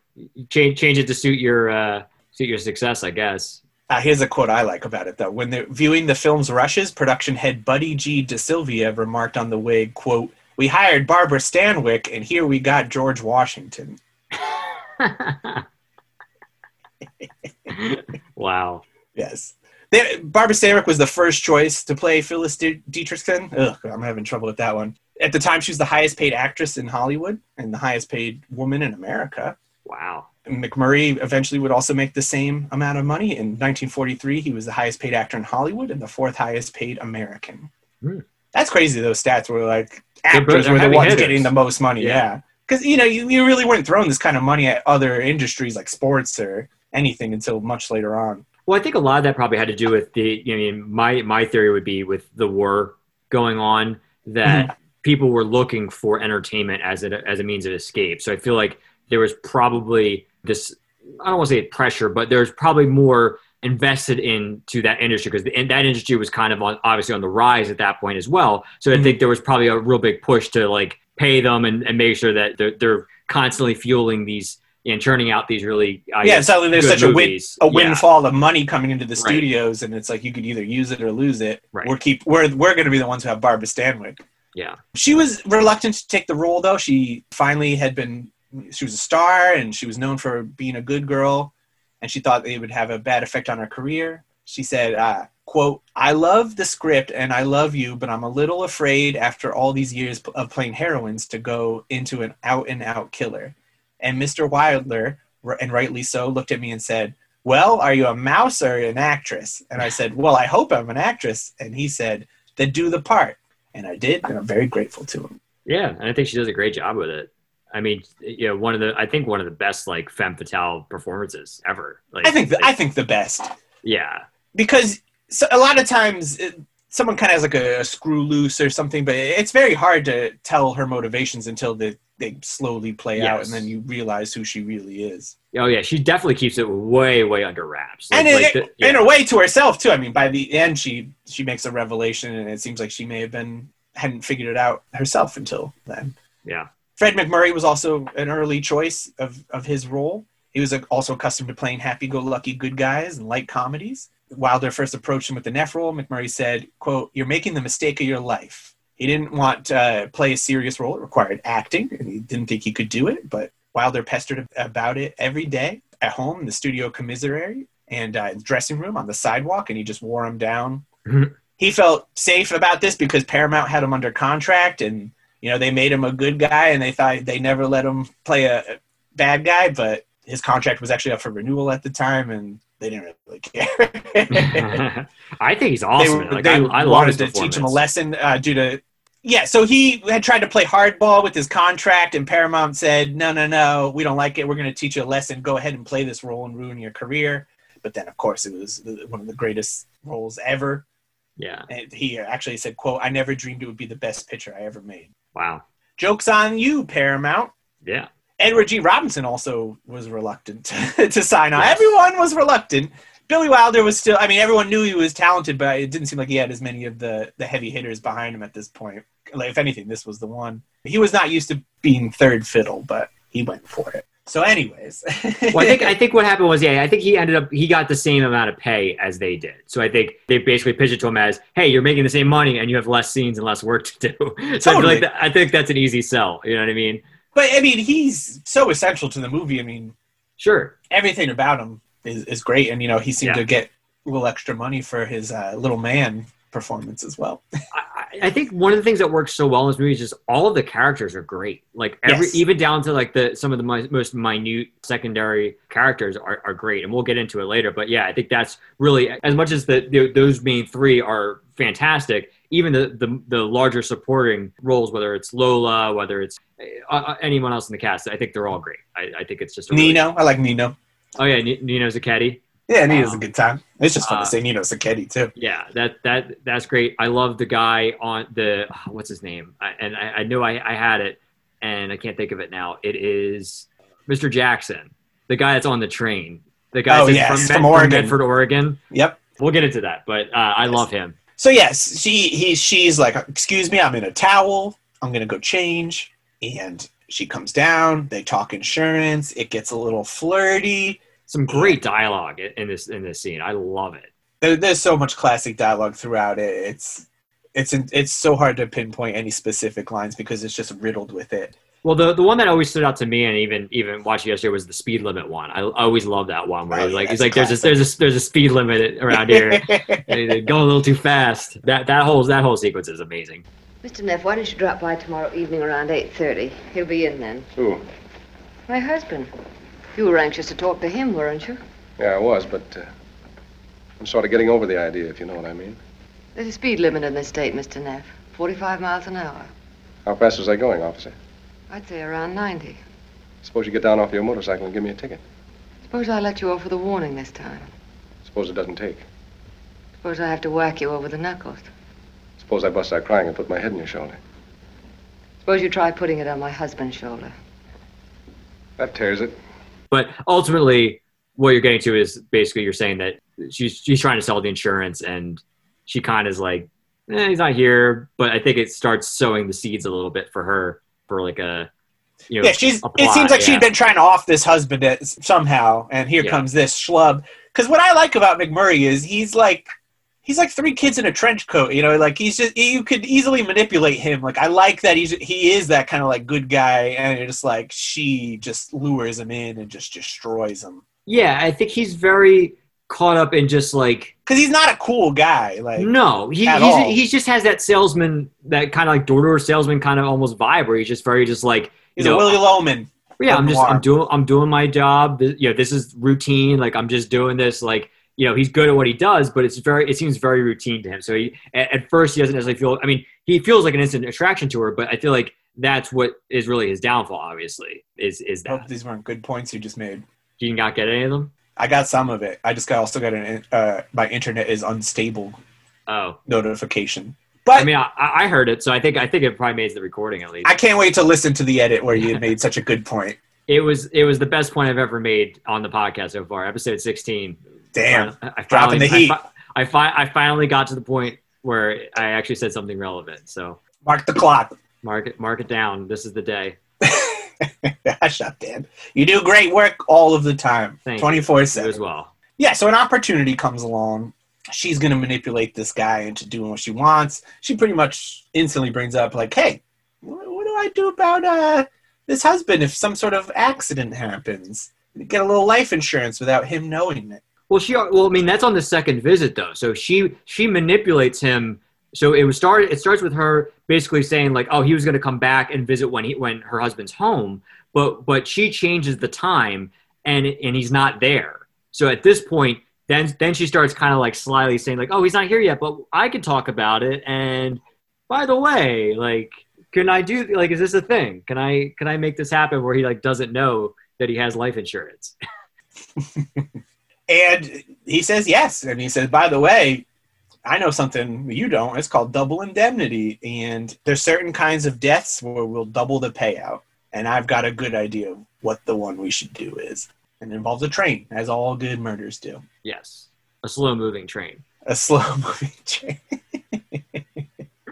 B: change change it to suit your uh, suit your success, I guess.
A: Uh, here's a quote I like about it though. When they're viewing the film's rushes, production head Buddy G. DeSilvia remarked on the wig, quote, we hired Barbara Stanwyck and here we got George Washington.
B: *laughs* wow.
A: Yes. They, Barbara Stanwyck was the first choice to play Phyllis D- Dietrichson. Ugh, I'm having trouble with that one. At the time, she was the highest paid actress in Hollywood and the highest paid woman in America.
B: Wow.
A: McMurray eventually would also make the same amount of money. In 1943, he was the highest paid actor in Hollywood and the fourth highest paid American.
B: Hmm.
A: That's crazy, those stats were like
B: They're both-
A: actors
B: they're
A: were the
B: heavy
A: ones
B: hitters.
A: getting the most money.
B: Yeah.
A: Yeah. Because, you know, you, you really weren't throwing this kind of money at other industries like sports or anything until much later on.
B: Well, I think a lot of that probably had to do with the. You know, I mean, my my theory would be with the war going on that
A: Mm-hmm.
B: people were looking for entertainment as a as a means of escape. So I feel like there was probably this. I don't want to say pressure, but there's probably more invested into that industry because the, and that industry was kind of on obviously on the rise at that point as well. So I
A: Mhm.
B: think there was probably a real big push to like pay them and, and make sure that they're, they're constantly fueling these and churning out these really I
A: yeah,
B: guess,
A: suddenly there's
B: good
A: such a, win-
B: movies.
A: a
B: Yeah.
A: windfall of money coming into the
B: Right.
A: studios, and it's like you could either use it or lose it.
B: Right.
A: We're keep we're we're going to be the ones who have Barbara Stanwyck.
B: Yeah.
A: she was reluctant to take the role though. She finally had been she was a star and she was known for being a good girl, and she thought it would have a bad effect on her career. She said, uh, "quote I love the script and I love you, but I'm a little afraid after all these years p- of playing heroines to go into an out and out killer." And Mr. Wilder, r- and rightly so, looked at me and said, Well, are you a mouse or an actress? And I said, Well, I hope I'm an actress. And he said, Then do the part. And I did, and I'm very grateful to him.
B: Yeah, and I think she does a great job with it. I mean, you know, one of the I think one of the best like femme fatale performances ever. Like,
A: I think the,
B: like,
A: I think the best
B: yeah,
A: because so, a lot of times it, someone kind of has like a, a screw loose or something, but it's very hard to tell her motivations until they, they slowly play out,
B: Yes.
A: and then you realize who she really is.
B: oh yeah, she definitely keeps it way way under wraps. Like-
A: and in,
B: like the- yeah.
A: in a way to herself too. I mean, by the end, she she makes a revelation, and it seems like she may have been hadn't figured it out herself until then.
B: yeah,
A: Fred McMurray was also an early choice of of his role. He was like, also accustomed to playing happy-go-lucky good guys and light comedies. Wilder first approached him with the Neff role. McMurray said, "quote You're making the mistake of your life." He didn't want to uh, play a serious role; it required acting, and he didn't think he could do it. But Wilder pestered him about it every day at home, in the studio commissary, and uh, in the dressing room, on the sidewalk, and he just wore him down.
B: Mhm.
A: He felt safe about this because Paramount had him under contract, and you know they made him a good guy, and they thought they never let him play a a bad guy, but his contract was actually up for renewal at the time, and they didn't really *laughs*
B: *laughs*
A: care.
B: I think he's awesome.
A: They,
B: like,
A: they
B: I, I love
A: wanted
B: his
A: to teach him a
B: performance.
A: lesson uh, due to yeah. So he had tried to play hardball with his contract, and Paramount said, "No, no, no, we don't like it. We're going to teach you a lesson. Go ahead and play this role and ruin your career." But then, of course, it was uh, one of the greatest roles ever.
B: Yeah,
A: And he actually said, "quote I never dreamed it would be the best picture I ever made."
B: wow.
A: Jokes on you, Paramount.
B: Yeah,
A: Edward G. Robinson also was reluctant *laughs* to sign on.
B: Yes.
A: Everyone was reluctant Billy Wilder was still. I mean, everyone knew he was talented, but it didn't seem like he had as many of the the heavy hitters behind him at this point. Like, if anything, this was the one. He was not used to being third fiddle, but he went for it. So, anyways, *laughs*
B: well, I think I think what happened was yeah, I think he ended up he got the same amount of pay as they did. So I think they basically pitched it to him as, hey, you're making the same money and you have less scenes and less work to do. *laughs* so I feel
A: Totally.
B: like that- I think that's an easy sell. You know what I mean?
A: but I mean, he's so essential to the movie. I mean,
B: Sure.
A: everything about him is, is great, and you know, he seemed
B: Yeah.
A: to get a little extra money for his uh, little man performance as well.
B: I, I- I think one of the things that works so well in this movie is just all of the characters are great. Like every,
A: Yes.
B: even down to like the some of the mi- most minute secondary characters are, are great, and we'll get into it later. But yeah, I think that's really as much as the, the those main three are fantastic. Even the, the the larger supporting roles, whether it's Lola, whether it's uh, uh, anyone else in the cast, I think they're all great. I, I think it's just a really-
A: Nino, I like Nino.
B: oh yeah, Ni- Nino Zacchetti.
A: Yeah, Nino's
B: Um,
A: a good time. It's just fun
B: uh,
A: to say Nino Sacchetti too.
B: Yeah, that that that's great. I love the guy on the *sighs* what's his name, I, and I, I knew I, I had it, and I can't think of it now. It is Mr. Jackson, the guy that's on the train, the guy
A: Oh,
B: that's
A: yes,
B: from,
A: from
B: Bed-
A: Oregon.
B: Bedford, Oregon.
A: Yep.
B: We'll get into that, but uh, I love him.
A: So yes, she he she's like, excuse me, I'm in a towel. I'm gonna go change. And she comes down. They talk insurance. It gets a little flirty.
B: Some great dialogue i- in this in this scene. I love it.
A: There, there's so much classic dialogue throughout it. It's it's it's so hard to pinpoint any specific lines because it's just riddled with it.
B: Well, the, the one that always stood out to me, and even even watching yesterday, was the speed limit one. I, I always love that one where
A: Oh,
B: like
A: yeah,
B: it's
A: that's
B: like there's a,
A: classic.
B: there's a there's a speed limit around here.
A: *laughs*
B: they, they go a little too fast. That that whole that whole sequence is amazing.
D: Mr. Neff, why don't you drop by tomorrow evening around 8.30? He'll be in then.
C: Who?
D: My husband. You were anxious to talk to him, weren't you?
C: Yeah, I was, but uh, I'm sort of getting over the idea, if you know what I mean.
D: There's a speed limit in this state, Mr. Neff. 45 miles an hour.
C: How fast was I going, officer?
D: I'd say around 90.
C: Suppose you get down off your motorcycle and give me a ticket.
D: Suppose I let you off with a warning this time.
C: Suppose it doesn't take.
D: Suppose I have to whack you over the knuckles.
C: Suppose I bust out crying and put my head in your shoulder.
D: Suppose you try putting it on my husband's shoulder.
C: That tears it.
B: But ultimately, what you're getting to is basically you're saying that she's she's trying to sell the insurance, and she kind of is like, eh, he's not here. But I think it starts sowing the seeds a little bit for her for like a, you know,
A: yeah, she's.
B: a
A: it
B: plot,
A: seems like
B: yeah.
A: she'd been trying to off this husband at, somehow, and here
B: Yeah.
A: comes this schlub. Because what I like about McMurray is he's like, he's like three kids in a trench coat. You know, like he's just you could easily manipulate him. Like I like that he's he is that kind of like good guy, and you're just like she just lures him in and just destroys him.
B: yeah. I think he's very caught up in just like
A: Because he's not a cool guy. Like
B: no he
A: at
B: he's,
A: all.
B: he just has that salesman that kind of like door-to-door salesman kind of almost vibe where he's just very just like
A: he's
B: you know,
A: a Willy Loman.
B: yeah i'm just i'm
A: noir.
B: doing i'm doing my job Th- you know this is routine like i'm just doing this like you know he's good at what he does but it's very it seems very routine to him so he at, at first he doesn't necessarily feel i mean he feels like an instant attraction to her but i feel like that's what is really his downfall obviously is is
A: Hope
B: that
A: these weren't good points you just made.
B: he did not get any of them
A: I got some of it. I just got also got an uh, my internet is unstable
B: oh
A: notification.
B: i
A: But
B: mean i i heard it so i think i think it probably made the recording at least
A: I can't wait to listen to the edit where you made such a good point.
B: it was it was the best point i've ever made on the podcast so far episode 16
A: Damn.
B: I, I
A: Dropping
B: finally
A: the heat.
B: I, fi- I, fi- I finally got to the point where i actually said something relevant so
A: Mark the clock. *laughs*
B: Mark it, mark it down. This is the day.
A: Hush up, Dan. You do great work all of the time,
B: Thank you.
A: 24
B: You as
A: 7.
B: well.
A: Yeah, so an opportunity comes along. She's going to manipulate this guy into doing what she wants. She pretty much instantly brings up, like, hey, wh- what do I do about uh, this husband if some sort of accident happens? Get a little life insurance without him knowing it.
B: Well, she. Well, I mean, that's on the second visit though. So she she manipulates him. So it was started. It starts with her basically saying like, "Oh, he was going to come back and visit when he when her husband's home," but but she changes the time and and he's not there. So at this point, then then she starts kind of like slyly saying like, "Oh, he's not here yet, but I can talk about it." And by the way, like, can I do like is this a thing? Can I can I make this happen where he like doesn't know that he has life insurance? *laughs*
A: And he says yes. And he says, by the way, I know something you don't. It's called double indemnity. And there's certain kinds of deaths where we'll double the payout. And I've got a good idea of what the one we should do is. And it involves a train, as all good murders do.
B: Yes. a slow moving train.
A: A slow *laughs* moving train.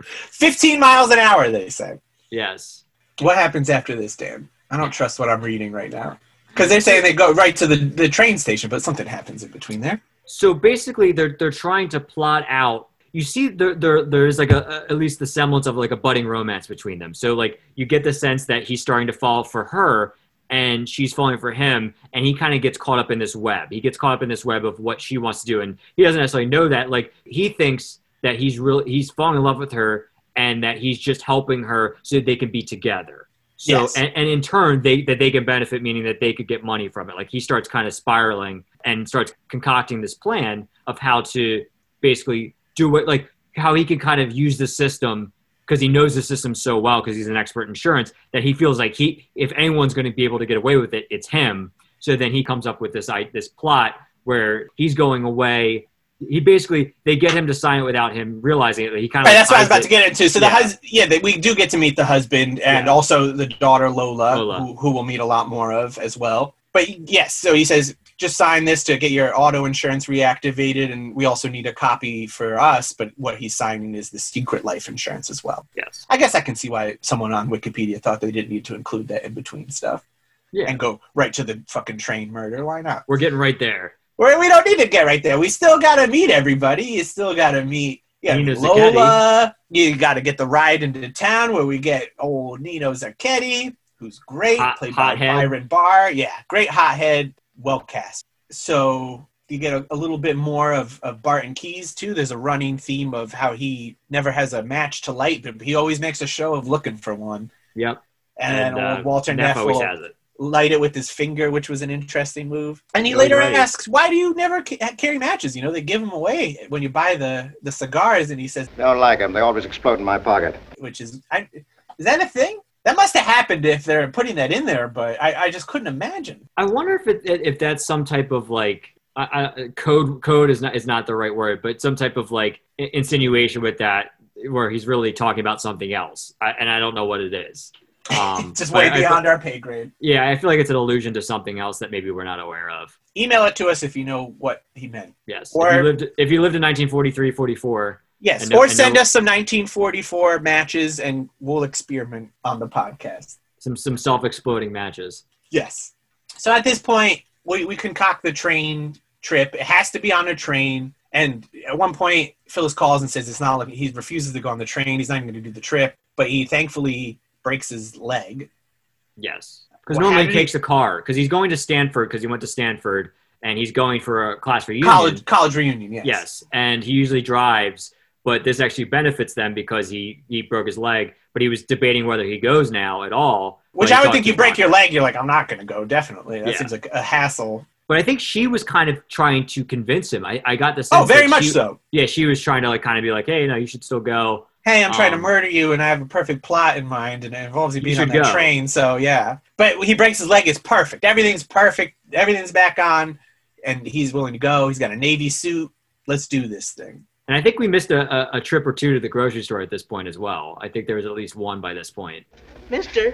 A: 15 miles an hour, they said.
B: Yes.
A: What happens after this, Dan? I don't trust what I'm reading right now. Because they're saying they go right to the, the train station, but something happens in between there.
B: So basically, they're they're trying to plot out. You see, there there there's like a, a at least the semblance of like a budding romance between them. So like you get the sense that he's starting to fall for her, and she's falling for him, and he kind of gets caught up in this web. He gets caught up in this web of what she wants to do, and he doesn't necessarily know that. Like he thinks that he's really he's falling in love with her, and that he's just helping her so that they can be together. So
A: Yes.
B: and, and in turn, they that they can benefit, meaning that they could get money from it. Like he starts kind of spiraling and starts concocting this plan of how to basically do what like how he can kind of use the system because he knows the system so well because he's an expert in insurance that he feels like he if anyone's going to be able to get away with it it's him so then he comes up with this i this plot where he's going away he basically they get him to sign it without him realizing it he kind of
A: Right, that's what I was about to get into. So the
B: Yeah.
A: hus- yeah, that we do get to meet the husband and
B: Yeah.
A: also the daughter Lola,
B: Lola.
A: Who, who we'll meet a lot more of as well. But yes, so he says just sign this to get your auto insurance reactivated, and we also need a copy for us. But what he's signing is the secret life insurance as well.
B: yes
A: I guess I can see why someone on Wikipedia thought they didn't need to include that in between stuff
B: yeah
A: and go right to the fucking train murder. Why not?
B: we're getting right there
A: Well, we don't need to get right there. We still gotta meet everybody. You still gotta meet yeah,
B: Nino
A: Lola. You gotta get the ride into town where we get old Nino Zacchetti, who's great,
B: Hot-
A: played by
B: hothead.
A: Byron Barr. Yeah, great hothead, well cast. So you get a, a little bit more of, of Barton Keys too. There's a running theme of how he never has a match to light, but he always makes a show of looking for one.
B: yep
A: And,
B: uh,
A: old Walter
B: Neff always
A: Neffel
B: has it
A: light it with his finger, which was an interesting move. And he
B: You're
A: later
B: right.
A: asks, "Why do you never ca- carry matches? You know, they give them away when you buy the the cigars." And he says,
E: Don't like them. They always explode in my pocket.
A: "Which is, I, is that a thing? That must have happened if they're putting that in there, but I, I just couldn't imagine."
B: I wonder if it, if that's some type of like I, I, code code is not is not the right word, but some type of like i- insinuation with that where he's really talking about something else, I, and I don't know what it
A: *laughs*
B: is. Um,
A: just
B: but
A: way
B: I- I-
A: beyond our pay grade.
B: yeah, I feel like it's an allusion to something else that maybe we're not aware of.
A: Email it to us if you know what he meant.
B: Yes,
A: Or-
B: if you lived if you lived in 1943, 44,
A: Yes,
B: I know-
A: or
B: I
A: send
B: know-
A: us some 1944 matches, and we'll experiment on the podcast.
B: some some self exploding matches.
A: Yes. So at this point, we, we concoct the train trip. It has to be on a train. And at one point, Phyllis calls and says it's not like he refuses to go on the train. He's not even going to do the trip. But he thankfully breaks his leg.
B: Yes, because
A: Well,
B: normally
A: how
B: he
A: did
B: takes a car because he's going to Stanford because he went to Stanford and he's going for a class reunion.
A: College college reunion. Yes.
B: Yes, and he usually drives, but this actually benefits them because he he broke his leg. But he was debating whether he goes now at all.
A: Which
B: but he
A: I would
B: thought
A: think
B: he
A: you break
B: wanted-
A: your leg, you're like, I'm not going to go. Definitely, that
B: Yeah.
A: seems like a hassle.
B: But I think she was kind of trying to convince him. I, I got the sense.
A: Oh, very
B: that
A: much
B: she-
A: so.
B: Yeah, she was trying to like kind of be like, hey, no, you should still go.
A: Hey, I'm trying
B: Um,
A: to murder you, and I have a perfect plot in mind, and it involves you
B: You
A: being on
B: should
A: that
B: go.
A: train. So yeah, but he breaks his leg. It's perfect. Everything's perfect. Everything's back on, and he's willing to go. He's got a navy suit. Let's do this thing.
B: And I think we missed a, a, a trip or two to the grocery store at this point as well. I think there was at least one by this point.
F: Mister,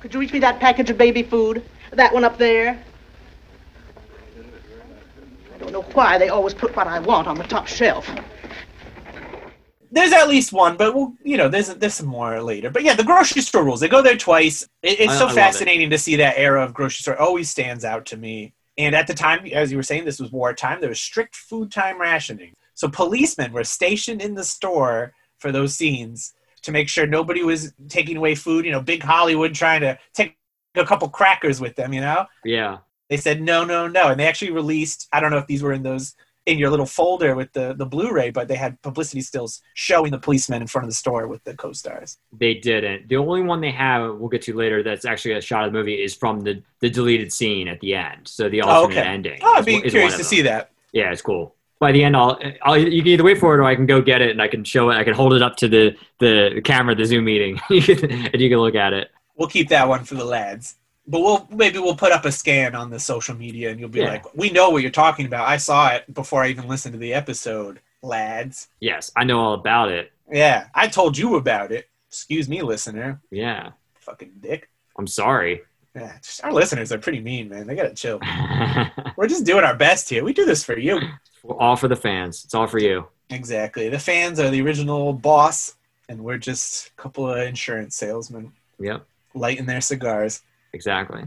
F: could you reach me that package of baby food? That one up there? I don't know why they always put what I want on the top shelf.
A: There's at least one, but we'll, you know, there's there's some more later. But yeah, the grocery store rules. They go there twice. It, it's
B: I- I
A: so
B: love it.
A: fascinating to see that era of grocery store. It Always stands out to me. And at the time, as you were saying, this was wartime. There was strict food time rationing. So policemen were stationed in the store for those scenes to make sure nobody was taking away food. You know, big Hollywood trying to take a couple crackers with them. You know,
B: Yeah,
A: they said no, no, no, and they actually released. I don't know if these were in those in your little folder with the the Blu-ray, but they had publicity stills showing the policemen in front of the store with the co-stars.
B: they didn't. The only one they have, we'll get to later, that's actually a shot of the movie is from the, the deleted scene at the end. So the
A: Oh,
B: alternate
A: okay.
B: ending.
A: Oh, I'd
B: is
A: be
B: one- is
A: curious
B: one
A: to
B: of them.
A: see that.
B: Yeah, it's cool. By the end, I'll, I'll you can either wait for it or I can go get it and I can show it. I can hold it up to the the camera, at the Zoom meeting, *laughs* You can- and you can look at it.
A: We'll keep that one for the lads. But we'll maybe we'll put up a scan on the social media, and you'll be
B: Yeah.
A: like, "We know what you're talking about. I saw it before I even listened to the episode, lads.
B: Yes, I know all about it.
A: Yeah, I told you about it. Excuse me, listener.
B: Yeah,
A: Fucking dick.
B: I'm sorry. *laughs*
A: Yeah, just- our listeners are pretty mean, man. They gotta chill. We're just doing our best here. We do this for you.
B: all for the fans. It's all for you.
A: Exactly. The fans are the original boss, and we're just a couple of insurance salesmen
B: Yep.
A: lighting their cigars.
B: Exactly.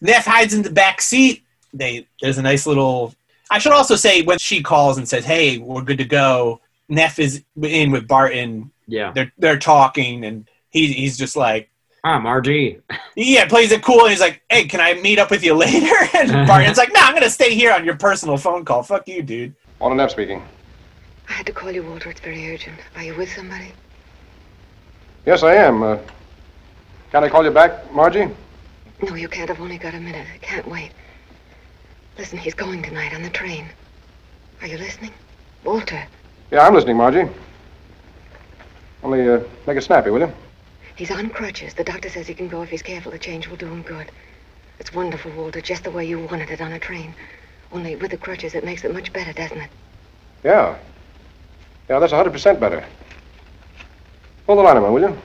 A: Neff hides in the back seat. They there's a nice little. I should also say when she calls and says, "Hey, we're good to go." Neff is in with Barton.
B: Yeah.
A: They're they're talking, and he he's just like,
B: I'm RG.
A: yeah, plays it cool, and he's like, "Hey, can I meet up with you *laughs* later?" And Barton's like, "No, I'm gonna stay here on your personal phone call. Fuck you, dude."
C: Olinev speaking.
D: I had to call you, Walter. It's very urgent. Are you with somebody?
C: Yes, I am. Uh, can I call you back, Margie?
D: No, you can't. I've only got a minute. I can't wait. Listen, he's going tonight on the train. Are you listening? Walter,
C: Yeah, I'm listening, Margie. Only uh, make it snappy, will you?
D: he's on crutches. The doctor says he can go if he's careful. The change will do him good. It's wonderful, Walter, just the way you wanted it on a train. Only with the crutches, it makes it much better, doesn't it?
C: Yeah. Yeah, that's 100% better. Hold the line a minute, will you?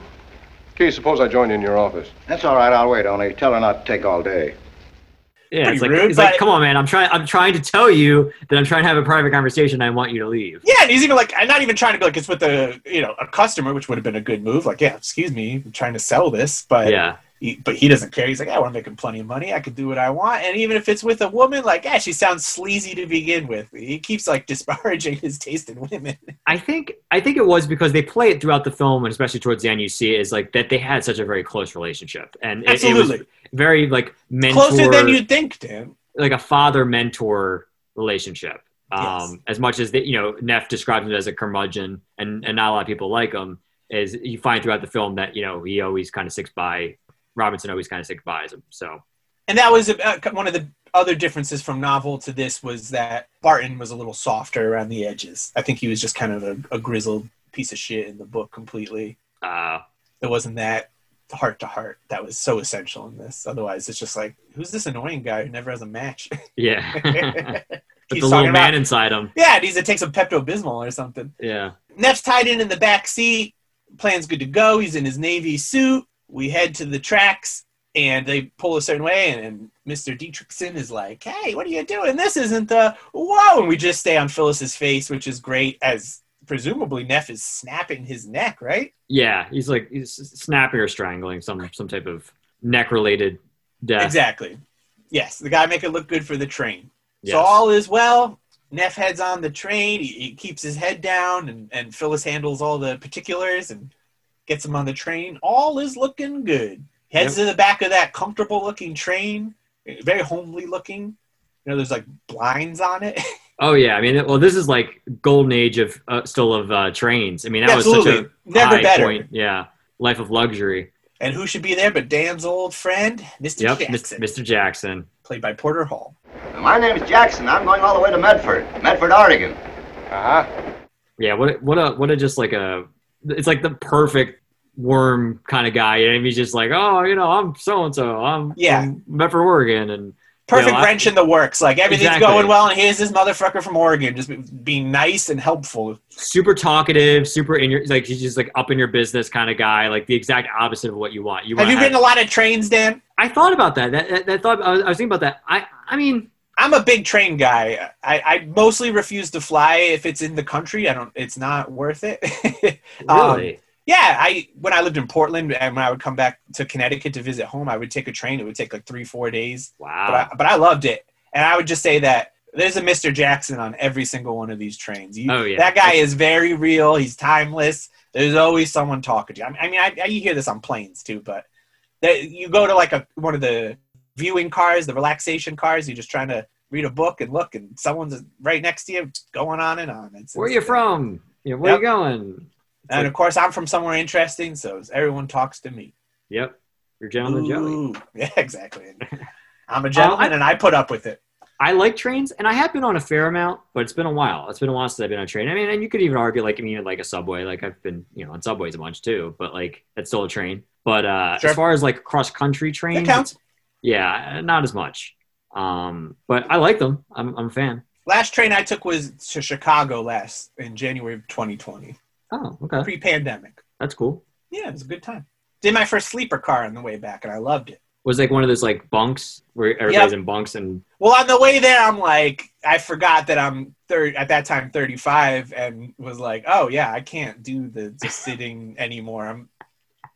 C: Keith, suppose I join you in your office.
E: That's all right. I'll wait. Only tell her not to take all day.
B: Yeah.
A: Pretty
B: It's like,
A: rude,
B: it's like,
A: but-
B: come on, man. I'm trying. I'm trying to tell you that I'm trying to have a private conversation. And I want you to leave.
A: Yeah, and he's even like, I'm not even trying to be like it's with a you know a customer, which would have been a good move. Like, yeah, excuse me, I'm trying to sell this, but
B: Yeah.
A: he, but he doesn't care. He's like, I want to make him plenty of money. I can do what I want. And even if it's with a woman, like, yeah, she sounds sleazy to begin with. He keeps like *laughs* disparaging his taste in women.
B: I think. I think it was because they play it throughout the film, and especially towards the end, you see it is like that they had such a very close relationship, and it, it was
A: Absolutely,
B: very like mentor,
A: closer than you'd think, Dan.
B: like a father mentor relationship. Um,
A: Yes.
B: As much as that, you know, Neff describes him as a curmudgeon, and and not a lot of people like him. Is you find throughout the film that you know he always kind of sticks by Robinson, always kind of sticks by him. So
A: And that was uh, one of the other differences from novel to this was that Barton was a little softer around the edges. I think he was just kind of a, a grizzled piece of shit in the book completely.
B: uh,
A: There wasn't that heart to heart that was so essential in this. Otherwise, it's just like, who's this annoying guy who never has a match? *laughs*
B: yeah, but
A: He's talking
B: the little man
A: about-
B: inside him.
A: yeah, and he's it takes a Pepto Bismol or something.
B: Yeah,
A: Neff's tied in in the back seat. Plan's good to go. He's in his navy suit. We head to the tracks, and they pull a certain way, and, and Mr. Dietrichson is like, "Hey, what are you doing? This isn't the whoa!" And we just stay on Phyllis's face, which is great, as presumably Neff is snapping his neck, right?
B: yeah. He's like he's snapping or strangling some some type of neck related death.
A: Exactly. Yes, the guy make it look good for the train.
B: Yes.
A: So all is well. Neff heads on the train. He, he keeps his head down, and, and Phyllis handles all the particulars and gets him on the train. All is looking good. He heads to the back of that comfortable looking train, very homely looking. You know, there's like blinds on it. *laughs*
B: Oh yeah, I mean, well, this is like golden age of uh, still of uh, trains. I mean, that was such
A: Absolutely.
B: a
A: Never
B: high
A: better.
B: Point. Yeah, life of luxury.
A: And who should be there but Dan's old friend, Mr.
B: Yep,
A: Jackson,
B: Mis- Mr. Jackson.
A: played by Porter Hall.
E: My name's Jackson. I'm going all the way to Medford, Medford, Oregon. Uh-huh.
C: Uh huh.
B: Yeah, what a- what a what a just like a it's like the perfect worm kind of guy. And he's just like, oh, you know, I'm so and so. I'm
A: Yeah.
B: from Medford, Oregon, and
A: Perfect
B: Yeah, I-
A: wrench in the works. Like everything's
B: Exactly.
A: going well, and here's this motherfucker from Oregon just be- being nice and helpful.
B: super talkative, super in your like he's just like up in your business kind of guy. Like the exact opposite of what you want. You
A: Have
B: want
A: you ridden a lot of trains, Dan?
B: I thought about that. That, that, that thought I was, I was thinking about that. I I mean.
A: I'm a big train guy. I, I mostly refuse to fly if it's in the country. I don't. It's not worth it. *laughs* Um,
B: Really?
A: yeah, I when I lived in Portland and when I would come back to Connecticut to visit home, I would take a train. It would take like three, four days. But
B: wow.
A: I, but I loved it, and I would just say that there's a Mr. Jackson on every single one of these trains. You,
B: Oh, yeah.
A: that guy is very real. He's timeless. There's always someone talking to you. I mean- I mean, I, I, you hear this on planes too, but that you go to like a one of the viewing cars, the relaxation cars. You're just trying to read a book and look, and someone's right next to you, going on and on. It's,
B: Where are you from? You know, where
A: Yep.
B: you going?
A: And of course, I'm from somewhere interesting, so everyone talks to me.
B: Yep. You're Gentleman Joey.
A: Ooh. *laughs* Yeah,
B: *laughs*
A: exactly. I'm a
B: Um,
A: gentleman, and I put up with it.
B: I like trains, and I have been on a fair amount, but it's been a while. It's been a while since I've been on a train. I mean, and you could even argue, like, I mean, like a subway. Like, I've been, you know, on subways a bunch too, but like, that's still a train. But uh,
A: Sure.
B: as far as like cross country trains,
A: counts.
B: it's- yeah, not as much. Um, but I like them. I'm, I'm a fan.
A: Last train I took was to Chicago last in January of 2020,
B: Oh, okay,
A: pre pandemic.
B: that's cool.
A: Yeah, it was a good time. Did my first sleeper car on the way back, and I loved it.
B: was like one of those like bunks where everybody's in bunks and
A: Well, on the way there, I'm like, I forgot that I'm third at that time 35, and was like, oh yeah, I can't do the just sitting anymore. I'm,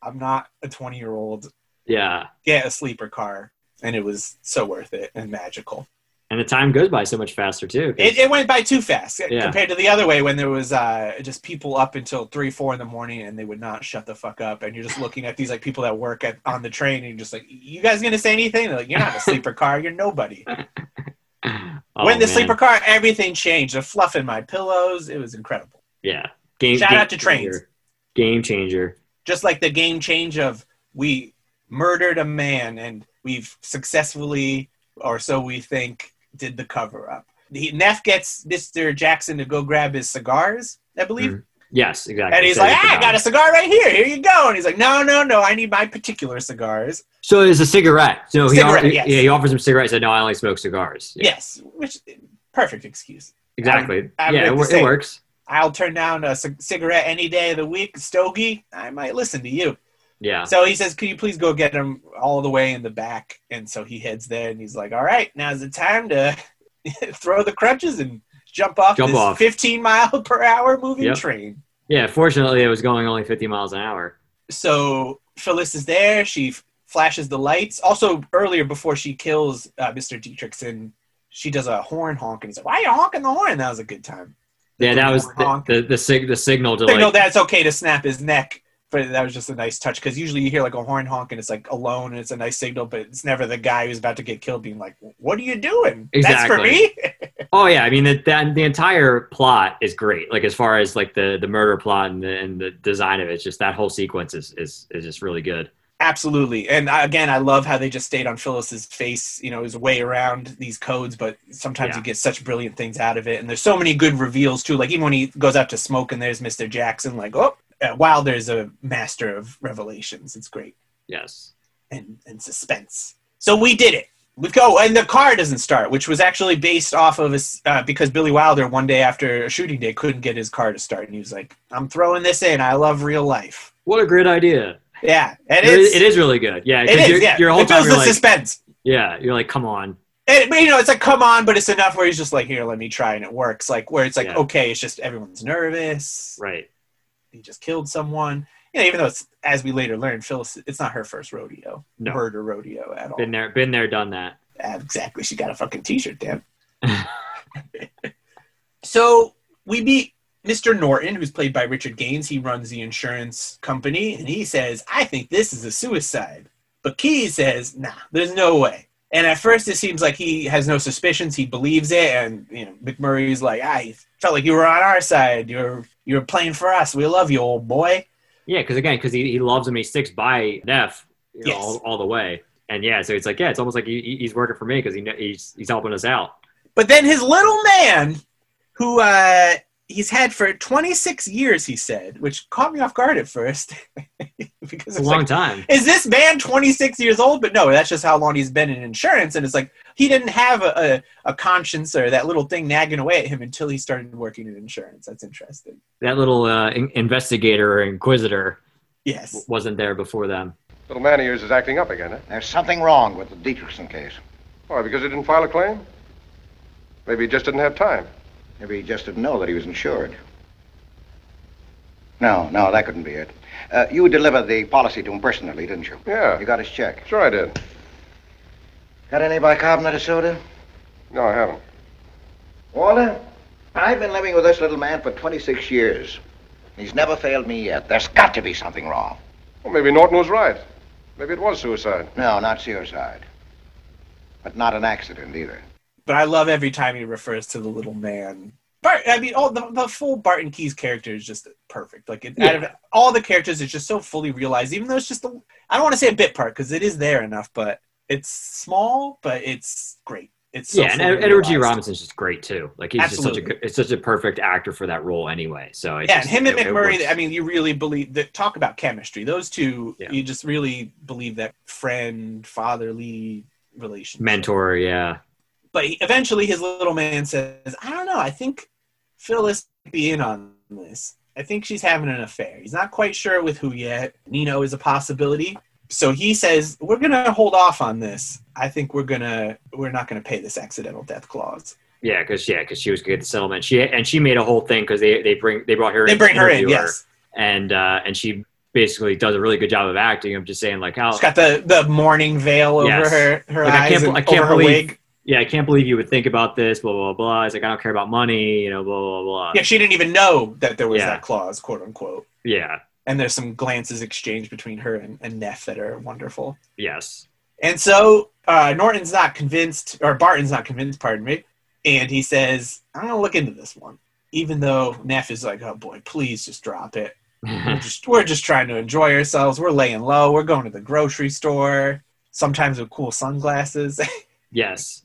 A: I'm not a 20 year old.
B: yeah.
A: Get a sleeper car, and it was so worth it and magical.
B: And the time goes by so much faster too. 'cause-
A: It, it went by too fast uh,
B: Yeah.
A: compared to the other way when there was uh, just people up until three, four in the morning, and they would not shut the fuck up. And you're just looking at these like people that work at, on the train, and you're just like, you guys gonna say anything? They're like, you're not a
B: *laughs*
A: sleeper car, you're nobody.
B: *sighs* Oh,
A: when the
B: man.
A: sleeper car, everything changed. The fluff in my pillows, it was incredible.
B: yeah, game,
A: Shout
B: game
A: out to trains.
B: changer. game changer.
A: Just like the game change of we murdered a man and we've successfully, or so we think, did the cover up. The Neff gets Mr. Jackson to go grab his cigars, I believe.
B: Mhm. Yes, exactly.
A: And he's
B: Said
A: like,
B: it
A: ah, I
B: about
A: got a
B: it.
A: cigar right here. Here you go. And he's like, no, no, no. I need my particular cigars.
B: So it's a cigarette. So he,
A: Cigarette,
B: offered,
A: yes.
B: yeah, he offers him cigarettes. Said, no, I only smoke cigars. Yeah,
A: Yes. Which, perfect excuse.
B: exactly.
A: I'm with
B: yeah, it,
A: the
B: wor- it
A: same.
B: works.
A: I'll turn down a c- cigarette any day of the week. Stogie, I might listen to you.
B: Yeah,
A: So he says, "Could you please go get him all the way in the back?" And so he heads there, and he's like, "All right, now's the time to *laughs* throw the crutches and jump off
B: Jump
A: this
B: off.
A: 15 mile per hour moving
B: Yep.
A: train."
B: yeah. Fortunately, it was going only fifty miles an hour.
A: So Phyllis is there. She f- flashes the lights. Also, earlier before she kills uh, Mr. Dietrichson, she does a horn honk, and he's like, "Why are you honking the horn?" That was a good time.
B: Yeah, that was the
A: honk.
B: the, the, sig- the signal to
A: signal
B: like
A: that it's okay to snap his neck. But that was just a nice touch because usually you hear like a horn honk and it's like alone and it's a nice signal, but it's never the guy who's about to get killed being like, "What are you doing? That's for me."
B: Oh yeah, I mean that the, the entire plot is great. Like as far as like the the murder plot and the, and the design of it, it's just that whole sequence is is is just really good.
A: Absolutely, and I- again, I love how they just stayed on Phyllis's face. You know, his way around these codes, but sometimes
B: Yeah.
A: you get such brilliant things out of it. And there's so many good reveals too. Like even when he goes out to smoke and there's Mr. Jackson, like oh, uh, Wilder's a master of revelations. It's great.
B: Yes.
A: and, and suspense. So we did it. We go, and the car doesn't start, which was actually based off of a s uh, because Billy Wilder one day after a shooting day couldn't get his car to start, and he was like, "I'm throwing this in. I love real life."
B: What a great idea.
A: Yeah, and
B: It
A: it's,
B: is, it is really good. Yeah.
A: it
B: 'cause
A: is,
B: you're-
A: yeah.
B: Your whole
A: it
B: time
A: feels
B: you're
A: the
B: like,
A: suspense.
B: yeah, you're like, come on.
A: And, but, you know, it's like, come on, but it's enough where he's just like, here, let me try, and it works. Like where it's like,
B: Yeah.
A: okay, it's just everyone's nervous.
B: Right.
A: He just killed someone. You know, even though it's as we later learned, Phyllis, it's not her first rodeo,
B: No.
A: murder rodeo at all.
B: Been there, been there, done that.
A: Ah, exactly. She got a fucking t-shirt, damn. *laughs* so we meet Mr. Norton, who's played by Richard Gaines. He runs the insurance company, and he says, "I think this is a suicide." But Key says, "Nah, there's no way." And at first, it seems like he has no suspicions. He believes it, and you know, McMurray's like, "I felt like you were on our side. You're you're playing for us. We love you, old boy."
B: Yeah, because again, because he, he loves him, he sticks by Neff you know,
A: Yes.
B: all, all the way. And yeah, so it's like yeah, it's almost like he, he- he's working for me because he kn- he's he's helping us out.
A: But then his little man, who uh, he's had for 26 years, he said, which caught me off guard at first. *laughs* because
B: It's a
A: it's
B: long
A: like,
B: time.
A: is this man 26 years old? But no, that's just how long he's been in insurance. And it's like, he didn't have a, a, a conscience or that little thing nagging away at him until he started working in insurance. That's interesting.
B: That little uh, in- investigator or inquisitor w-
A: Yes.
B: wasn't there before them.
C: Little man of yours is acting up again, huh?
E: There's something wrong with the Dietrichson case.
C: Why, because he didn't file a claim? Maybe he just didn't have time.
E: Maybe he just didn't know that he was insured. No, no, that couldn't be it. Uh, you delivered the policy to him personally, didn't you?
C: Yeah.
E: You got his check.
C: Sure I did.
E: Got any bicarbonate of soda?
C: No, I haven't.
E: Walter, I've been living with this little man for 26 years. He's never failed me yet. There's got to be something wrong.
C: Well, maybe Norton was right. Maybe it was suicide.
E: No, not suicide. But not an accident either.
A: But I love every time he refers to the little man. Bart, I mean, all the, the full Barton Keys character is just perfect. Like, it, out of all the characters, it's just so fully realized. Even though it's just, a, I don't want to say a bit part because it is there enough, but it's small, but it's great. It's so
B: yeah, and
A: fully
B: Ed- Edward G.
A: realized.
B: Robinson's just great too. Like he's just such
A: Absolutely.
B: a good, it's such a perfect actor for that role anyway. So it's
A: Yeah, and
B: just-
A: him and
B: it- it
A: McMurray.
B: works.
A: I mean, you really believe that. Talk about chemistry. Those two,
B: Yeah.
A: you just really believe that friend fatherly relationship.
B: mentor. Yeah,
A: but he, eventually his little man says, "I don't know. I think Phyllis might be in on this. I think she's having an affair. He's not quite sure with who yet. Nino is a possibility, so he says we're gonna hold off on this. I think we're gonna we're not gonna pay this accidental death clause.
B: Yeah, because yeah, because she was good at the settlement. She and she made a whole thing because they they bring they brought her
A: They
B: in to
A: bring her in.
B: interview
A: Yes,
B: and uh, and she basically does a really good job of acting. I'm just saying like how
A: she's got the the mourning veil over
B: Yes.
A: her her
B: Like, I
A: eyes
B: can't
A: and
B: bel- I can't
A: over her
B: believe-
A: wig.
B: yeah I can't believe you would think about this blah blah blah. It's like I don't care about money you know blah blah blah.
A: Yeah, she didn't even know that there was
B: Yeah.
A: that clause, quote unquote.
B: yeah.
A: And there's some glances exchanged between her and, and Neff that are wonderful.
B: Yes. *laughs*
A: And so uh, Norton's not convinced, or Barton's not convinced, pardon me. And he says, I'm going to look into this one. Even though Neff is like, oh boy, please just drop
B: *clears throat*
A: it. We're just, we're just trying to enjoy ourselves. We're laying low. We're going to the grocery store, sometimes with cool sunglasses. *laughs*
B: yes.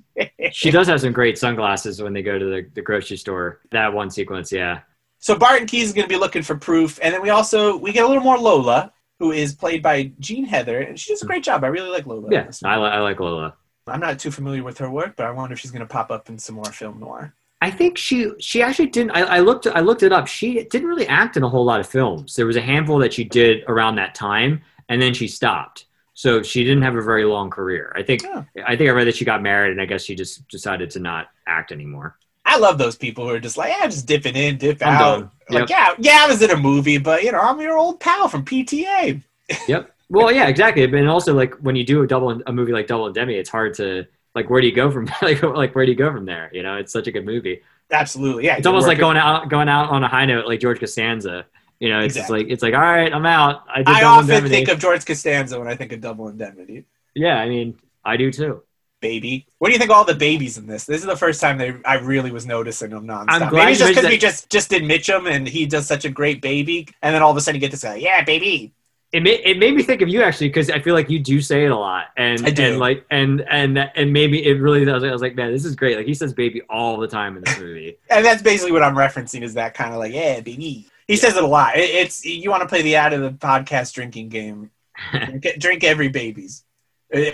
B: She does have some great sunglasses when they go to the, the grocery store. That one sequence, yeah.
A: so Barton Keys is going to be looking for proof. And then we also, we get a little more Lola, who is played by Jean Heather. And she does a great job. I really like Lola. in
B: Yeah,
A: this
B: I,
A: one.
B: li- I like Lola.
A: I'm not too familiar with her work, but I wonder if she's going to pop up in some more film noir.
B: I think she she actually didn't. I, I looked I looked it up. She didn't really act in a whole lot of films. There was a handful that she did around that time, and then she stopped. So she didn't have a very long career. I think
A: Yeah.
B: I think I read that she got married, and I guess she just decided to not act anymore.
A: I love those people who are just like, yeah, just dipping in, dip
B: I'm
A: out.
B: done.
A: Like, yeah, yeah, I was in a movie, but you know, I'm your old pal from PTA.
B: Yep. Well, yeah, exactly. And also, like when you do a double a movie like Double Demi, it's hard to like where do you go from *laughs* like like where do you go from there? You know, it's such a good movie.
A: Absolutely, yeah.
B: it's almost like
A: working-
B: going out going out on a high note like George Costanza. You know, it's
A: Exactly.
B: just like it's like all right, I'm out. I, did
A: I
B: Double
A: often
B: Indemnity.
A: think of George Costanza when I think of Double Indemnity.
B: yeah. I mean, I do too.
A: Baby, what do you think of all the babies in this? This is the first time they I really was noticing them nonstop.
B: I'm glad
A: Maybe it's
B: you
A: just because
B: mentioned
A: we just just did Mitchum and he does such a great baby, and then all of a sudden you get this guy, yeah, baby.
B: It made it made me think of you actually because I feel like you do say it a lot, and
A: I do.
B: and like and and and maybe it really. I was, I was like, man, this is great. Like he says baby all the time in this movie.
A: And that's basically what I'm referencing is that kind of like, yeah, baby. He says it a lot. It- it's you want to play the out of the podcast drinking game. drink, drink every baby's. *laughs* You'll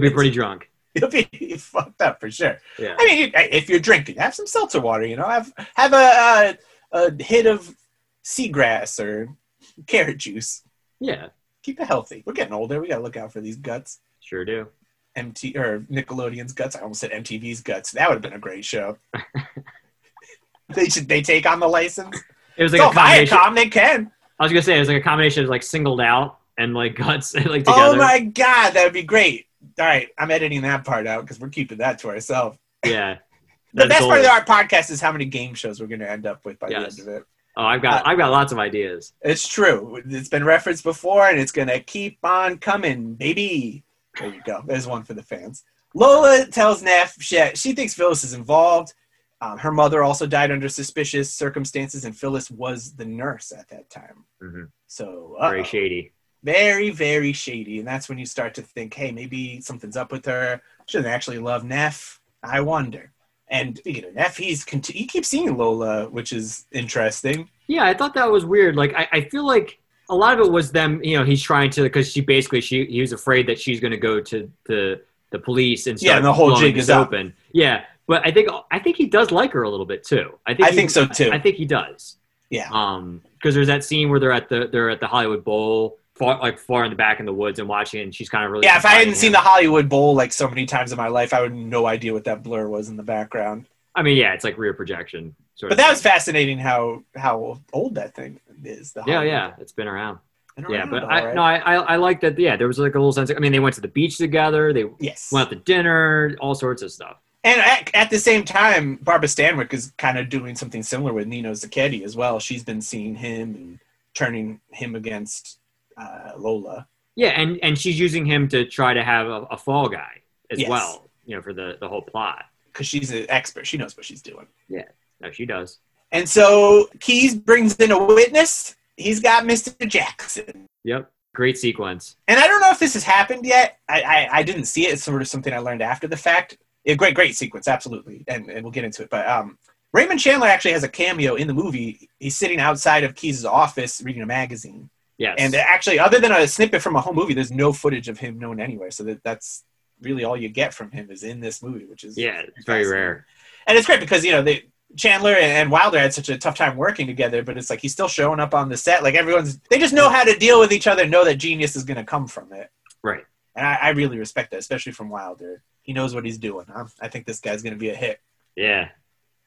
A: *laughs*
B: be pretty drunk.
A: be fucked up for sure.
B: Yeah.
A: I mean, if you're drinking, have some seltzer water. You know, have have a a, a hit of seagrass or carrot juice.
B: Yeah.
A: Keep it healthy. We're getting older. We gotta look out for these guts.
B: Sure do.
A: MT or Nickelodeon's guts. I almost said MTV's guts. That would have been a great show. they should they take on the license.
B: It was
A: It's
B: like
A: all
B: a combination.
A: Viacom. They can.
B: I was gonna say it was like a combination of like singled out and like *laughs* guts like together.
A: Oh my god, that would be great. All right, I'm editing that part out because we're keeping that to ourselves.
B: Yeah.
A: The
B: That's
A: best part of
B: always-
A: our podcast is how many game shows we're going to end up with by
B: Yes.
A: the end of it.
B: Oh, I've got
A: Uh,
B: I've got lots of ideas.
A: It's true. It's been referenced before, and it's going to keep on coming, baby. There you go. There's one for the fans. Lola tells Neff she, she thinks Phyllis is involved. Um, her mother also died under suspicious circumstances, and Phyllis was the nurse at that time.
B: Mhm.
A: So
B: Very
A: uh-oh.
B: shady.
A: very very shady and that's when you start to think hey maybe something's up with her she doesn't actually love neff i wonder and speaking of neff he's conti- he keeps seeing lola which is interesting
B: Yeah, I thought that was weird. Like, I, I feel like a lot of it was them. You know, he's trying to because she basically she he was afraid that she's going to go to the the police and
A: Yeah,
B: start
A: and the whole
B: blowing
A: jig
B: this
A: is up.
B: open. Yeah, but I think I think he does like her a little bit too. I think
A: I
B: he-
A: think so, too.
B: I, think he does.
A: Yeah.
B: Um, because there's that scene where they're at the they're at the Hollywood Bowl, far like far in the back in the woods and watching, and she's kind of really
A: yeah if i hadn't
B: confiding
A: seen
B: him.
A: the hollywood bowl like so many times in my life i would have no idea what that blur was in the background
B: I mean, yeah, it's like rear projection. Sort
A: but
B: of.
A: that was fascinating how how old that thing is the
B: yeah,
A: Hollywood
B: yeah,
A: Bowl.
B: it's been around.
A: And
B: Yeah,
A: around,
B: but
A: all
B: I
A: right.
B: no, I, I I like that. Yeah, there was like a little sense. Of, I mean, they went to the beach together. They
A: yes
B: went out to dinner, all sorts of stuff.
A: And at, at the same time, Barbara Stanwyck is kind of doing something similar with Nino Zacchetti as well. She's been seeing him and turning him against uh, Lola.
B: Yeah, and and she's using him to try to have a, a fall guy as
A: Yes.
B: well. You know, for the the whole plot.
A: because she's an expert. She knows what she's doing.
B: No, she does.
A: And so Keys brings in a witness. He's got Mr. Jackson.
B: Yep, great sequence.
A: And I don't know if this has happened yet. I, I, I didn't see it. It's sort of something I learned after the fact. Yeah, great, great sequence, absolutely. And, and we'll get into it. But um, Raymond Chandler actually has a cameo in the movie. He's sitting outside of Keys' office reading a magazine.
B: Yes,
A: And actually, other than a snippet from a home movie, there's no footage of him known anywhere. So that, that's really all you get from him is in this movie, which is
B: yeah, it's very rare.
A: And it's great because you know they Chandler and, and Wilder had such a tough time working together, but it's like he's still showing up on the set. Like everyone's, they just know how to deal with each other and know that genius is going to come from it.
B: Right.
A: And I, I really respect that, especially from Wilder. He knows what he's doing. i I think this guy's going to be a hit.
B: Yeah.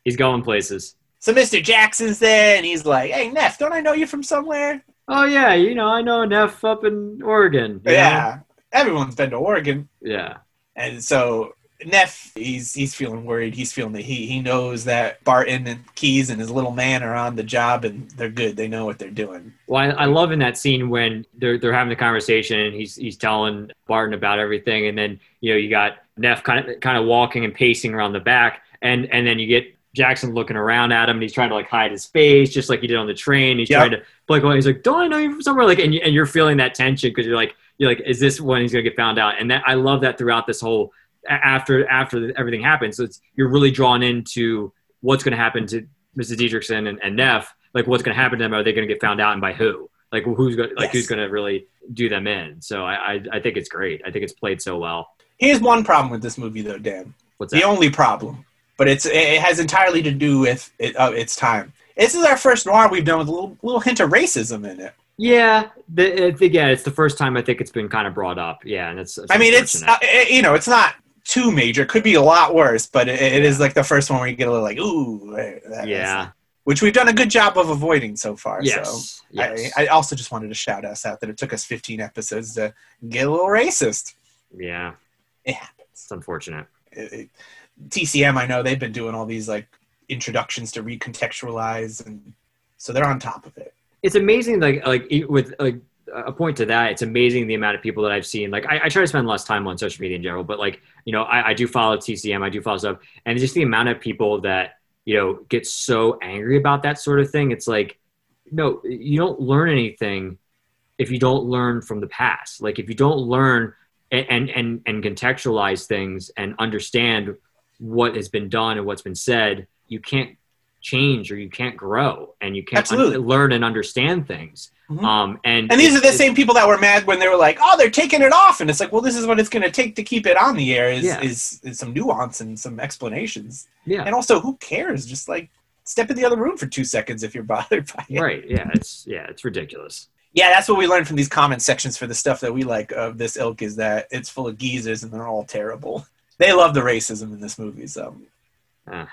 B: He's going places.
A: So Mr. Jackson's there, and he's like, "Hey, Neff, don't I know you from somewhere?"
B: Oh yeah, you know, I know Neff up in Oregon. you
A: yeah. everyone's been to Oregon,
B: know? Yeah.
A: and so Neff, he's he's feeling worried. He's feeling that he he knows that Barton and Keys and his little man are on the job, and they're good. They know what they're doing.
B: Well, I, I love in that scene when they're they're having the conversation and he's he's telling Barton about everything, and then you know you got Neff kind of kind of walking and pacing around the back, and and then you get Jackson looking around at him, and he's trying to like hide his face, just like he did on the train. He's
A: Yep.
B: trying to blink away. He's like, "Don't I know you from somewhere?" Like, and you, and you're feeling that tension because you're like you're like, "Is this when he's gonna get found out?" And that I love that throughout this whole a- after after everything happens, so it's you're really drawn into what's gonna happen to Mrs. Dietrichson and, and Neff, like what's going to happen to them? Are they going to get found out and by who? Like who's going like
A: Yes.
B: who's going to really do them in? So I, I I think it's great. I think it's played so well.
A: Here's one problem with this movie, though, Dan.
B: What's
A: The
B: that?
A: only problem, but it's it it has entirely to do with it, uh, its time. This is our first noir we've done with a little, little hint of racism in it.
B: yeah, the, I think yeah, it's the first time I think it's been kind of brought up. Yeah, and it's, it's
A: I mean, it's uh,
B: unfortunate.
A: it, you know, it's not too major. It could be a lot worse, but it, it is like the first one where you get a little like, ooh, eh, that-
B: yeah,
A: which we've done a good job of avoiding so far. So.
B: yes, yes,
A: I, I also just wanted to shout us out that it took us 15 episodes to get a little racist.
B: yeah.
A: It happens.
B: It's unfortunate.
A: It- it- TCM, I know they've been doing all these like introductions to recontextualize, and so they're on top of it.
B: it's amazing like like it- with like a point to that it's amazing the amount of people that i've seen like I, I try to spend less time on social media in general but like you know I, I do follow tcm i do follow stuff and just the amount of people that you know get so angry about that sort of thing it's like no you don't learn anything if you don't learn from the past like if you don't learn and and and, and contextualize things and understand what has been done and what's been said you can't change or you can't grow and you can't un-
A: Absolutely.
B: learn and understand things
A: Mhm.
B: um and
A: And these are
B: it's-
A: the
B: it's-
A: same people that were mad when they were like, "Oh, they're taking it off," and it's like, "Well, this is what it's going to take to keep it on the air is,
B: Yeah.
A: is is some nuance and some explanations,
B: yeah
A: and also who cares? Just like step in the other room for two seconds if you're *laughs* bothered by it."
B: right yeah it's yeah it's ridiculous
A: Yeah, that's what we learned from these comment sections for the stuff that we like of this ilk is that it's full of geezers and they're all terrible. *laughs* They love the racism in this movie, so
B: Ah.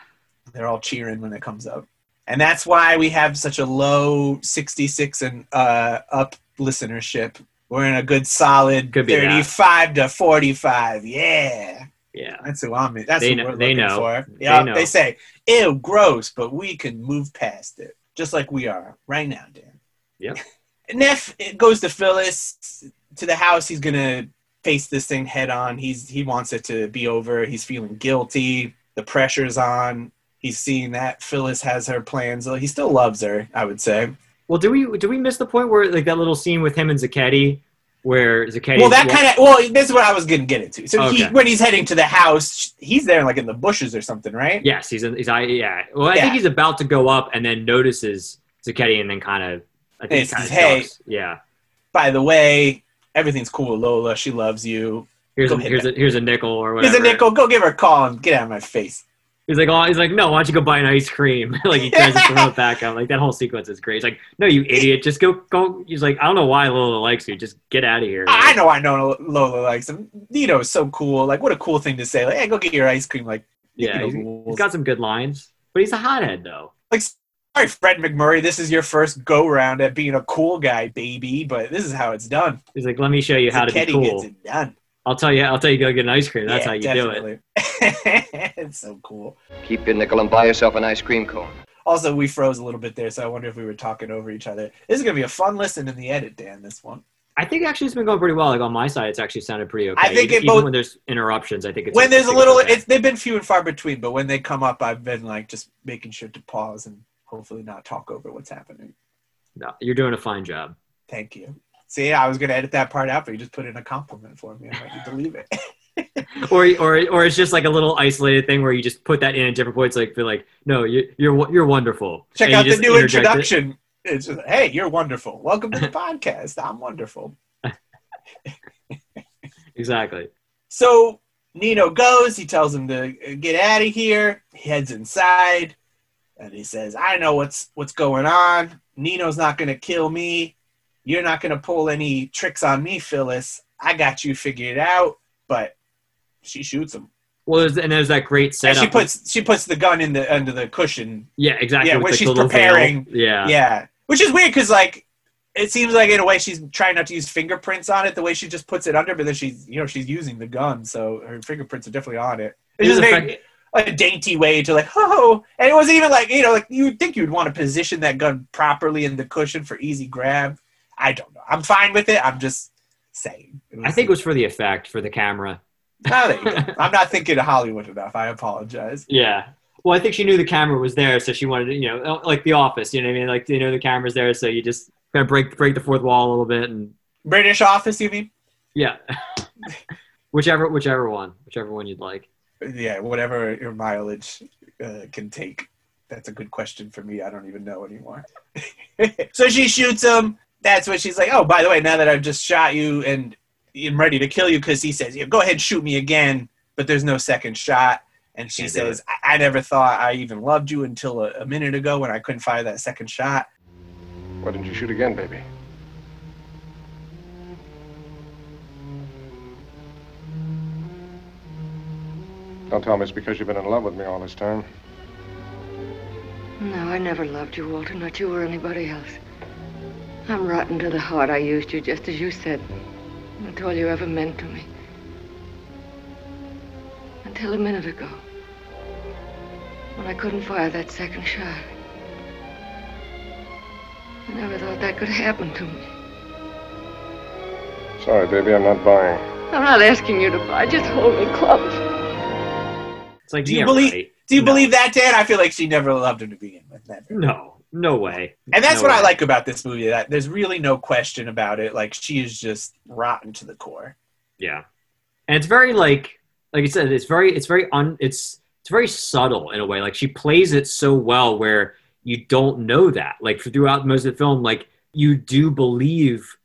A: they're all cheering when it comes up. And that's why we have such a low 66 and uh, up listenership. We're in a good solid
B: Could be that.
A: 35 to 45. Yeah.
B: yeah
A: That's who I'm. That's
B: They
A: who
B: kn-
A: we're
B: they
A: looking
B: know.
A: for.
B: They
A: Yeah,
B: know.
A: they say, "Ew, gross," but we can move past it, just like we are right now, Dan. *laughs*
B: Yep.
A: Neff goes to Phyllis to the house. He's gonna face this thing head on. He's he wants it to be over. He's feeling guilty. The pressure's on. He's seeing that Phyllis has her plans. He still loves her, I would say.
B: well do we do we miss the point where like that little scene with him and zacchetti where zacchetti
A: well, that kind of well, this is what I was gonna get into. So he,
B: Okay.
A: when he's heading to the house, he's there like in the bushes or something, right?
B: Yes, he's in, he's I yeah. Well, I
A: Yeah.
B: think he's about to go up and then notices Zucchetti and then kind of I think
A: It's
B: kind
A: his
B: of
A: hey.
B: yeah.
A: by the way, everything's cool with Lola. She loves you.
B: Here's
A: Go
B: a,
A: hit
B: here's a here's a nickel or whatever.
A: Here's a nickel. Go give her a call and get out of my face.
B: He's like, oh, he's like, no, why don't you go buy an ice cream? *laughs* like he tries to throw it back up. Like that whole sequence is great. He's like, no, you idiot, just go go. He's like, I don't know why Lola likes you. Just get out of here.
A: I I know, I know. Lola likes him. Nito's so cool. Like, what a cool thing to say. Like, hey, go get your ice cream. Like,
B: Yeah,
A: Nito
B: he's, he's
A: rules.
B: got some good lines, but he's a hothead though.
A: like, sorry, Fred McMurray. This is your first go round at being a cool guy, baby. But this is how it's done.
B: He's like, let me show you how to be
A: Zucchetti
B: cool.
A: gets it done.
B: I'll tell you, I'll tell you, go get an ice cream. That's how you do it.
A: it. *laughs* it's so cool.
E: Keep your nickel and buy yourself an ice cream cone.
A: Also, we froze a little bit there, so I wonder if we were talking over each other. This is gonna be a fun listen in the edit, Dan. This one.
B: I think actually it's been going pretty well. Like on my side, it's actually sounded pretty okay.
A: I think
B: even,
A: it both-
B: even when there's interruptions, I think it's
A: when
B: I
A: there's a
B: think
A: little
B: okay.
A: it's they've been few and far between but when they come up i've been like just making sure to pause and hopefully not talk over what's happening
B: no, you're doing a fine job.
A: thank you see i was going to edit that part out but you just put in a compliment for me i might need to
B: *laughs*
A: leave it
B: Or or or it's just like a little isolated thing where you just put that in at different points, like be like, no, you're you're wo- you're wonderful.
A: check
B: And you
A: out the
B: just
A: new
B: interject it.
A: introduction it's just, hey you're wonderful welcome to the *laughs* podcast i'm wonderful
B: Exactly.
A: so nino goes he tells him to uh, get out of here he heads inside and he says, "I know what's what's going on. Nino's not going to kill me. You're not going to pull any tricks on me, Phyllis. I got you figured out." But she shoots him.
B: Well, there's, and there's that great
A: And
B: setup.
A: she puts she puts the gun in the under the cushion.
B: yeah, exactly.
A: yeah,
B: with
A: when
B: the
A: she's
B: little veil.
A: preparing-
B: Yeah.
A: yeah, which is weird because like it seems like in a way she's trying not to use fingerprints on it. The way she just puts it under, but then she's you know she's using the gun, so her fingerprints are definitely on it. It's
B: It was
A: just a
B: a
A: very a dainty way to like, oh, and it wasn't even like you know, like you would think you'd want to position that gun properly in the cushion for easy grab. I don't know. I'm fine with it. I'm just saying.
B: I think it was for the effect for the camera.
A: Oh, there you go. I'm *laughs* not thinking of Hollywood enough. I apologize.
B: Yeah. Well, I think she knew the camera was there, so she wanted to, you know, uh, like The Office. You know what I mean? Like you know the camera's there, so you just kind of break break the fourth wall a little bit, and
A: British Office, you mean?
B: yeah, *laughs* whichever whichever one, whichever one you'd like.
A: Yeah, whatever your mileage uh, can take. That's a good question for me. I don't even know anymore. *laughs* so she shoots him. That's when she's like, oh, by the way, now that I've just shot you and I'm ready to kill you because he says, yeah, go ahead, shoot me again, but there's no second shot. And she
B: Can't do
A: says, I-, I never thought I even loved you until a-, a minute ago when I couldn't fire that second shot.
C: Why didn't you shoot again, baby? Don't tell me it's because you've been in love with me all this time.
D: No, I never loved you, Walter, not you or anybody else. I'm rotten to the heart. I used you just as you said. That's all you ever meant to me. Until a minute ago. When I couldn't fire that second shot. I never thought that could happen to me.
C: Sorry, baby, I'm not buying.
D: I'm not asking you to buy. Just hold me close.
B: It's like
A: Do you
B: yeah,
A: believe-
B: right.
A: Do you
B: No.
A: believe that, Dan? I feel like she never loved him to begin with. Never.
B: No, no way.
A: And that's
B: No
A: what I
B: way.
A: like about this movie. That there's really no question about it. Like she is just rotten to the core.
B: Yeah, and it's very like like you said, it's very it's very un it's it's very subtle in a way. Like she plays it so well where you don't know that. Like throughout most of the film, like you do believe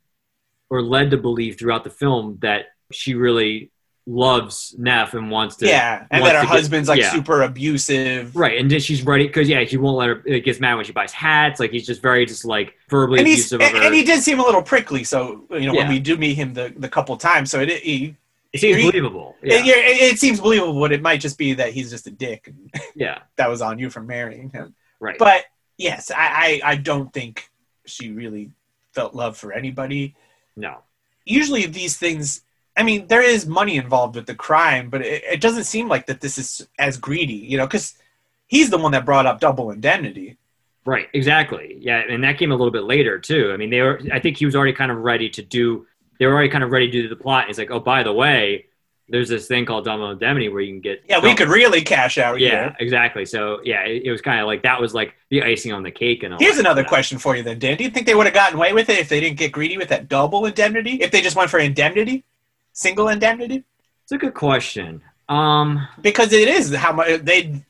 B: or led to believe throughout the film that she really loves Neff and wants to
A: yeah, and
B: wants
A: that her
B: to get-
A: husband's like
B: yeah.
A: super abusive.
B: Right, and then she's ready because yeah, he won't let her. It gets mad when she buys hats. Like he's just very, just like verbally
A: And, he's,
B: abusive
A: and,
B: of her.
A: and he did seem a little prickly. So you know when
B: Yeah.
A: we do meet him the, the couple times, so it it, he,
B: it seems
A: he-
B: believable.
A: it,
B: Yeah,
A: yeah, it, it seems believable, but it might just be that he's just a dick, and *laughs*
B: yeah,
A: that was on you for marrying him.
B: right.
A: But yes, I, I I don't think she really felt love for anybody.
B: no,
A: usually these things i mean there is money involved with the crime but it, it doesn't seem like that this is as greedy you know because he's the one that brought up double indemnity
B: Right, exactly. Yeah, and that came a little bit later too. I mean, they were. I think he was already kind of ready to do. They were already kind of ready to do the plot. He's like, oh, by the way, there's this thing called Domino Indemnity where you can get.
A: yeah we could really cash out
B: Yeah,
A: here
B: exactly. So yeah, it, it was kind of like that was like the icing on the cake and all.
A: here's
B: that.
A: another question for you then dan do you think they would have gotten away with it if they didn't get greedy with that double indemnity if they just went for indemnity single indemnity
B: It's a good question. Um,
A: because it is how much they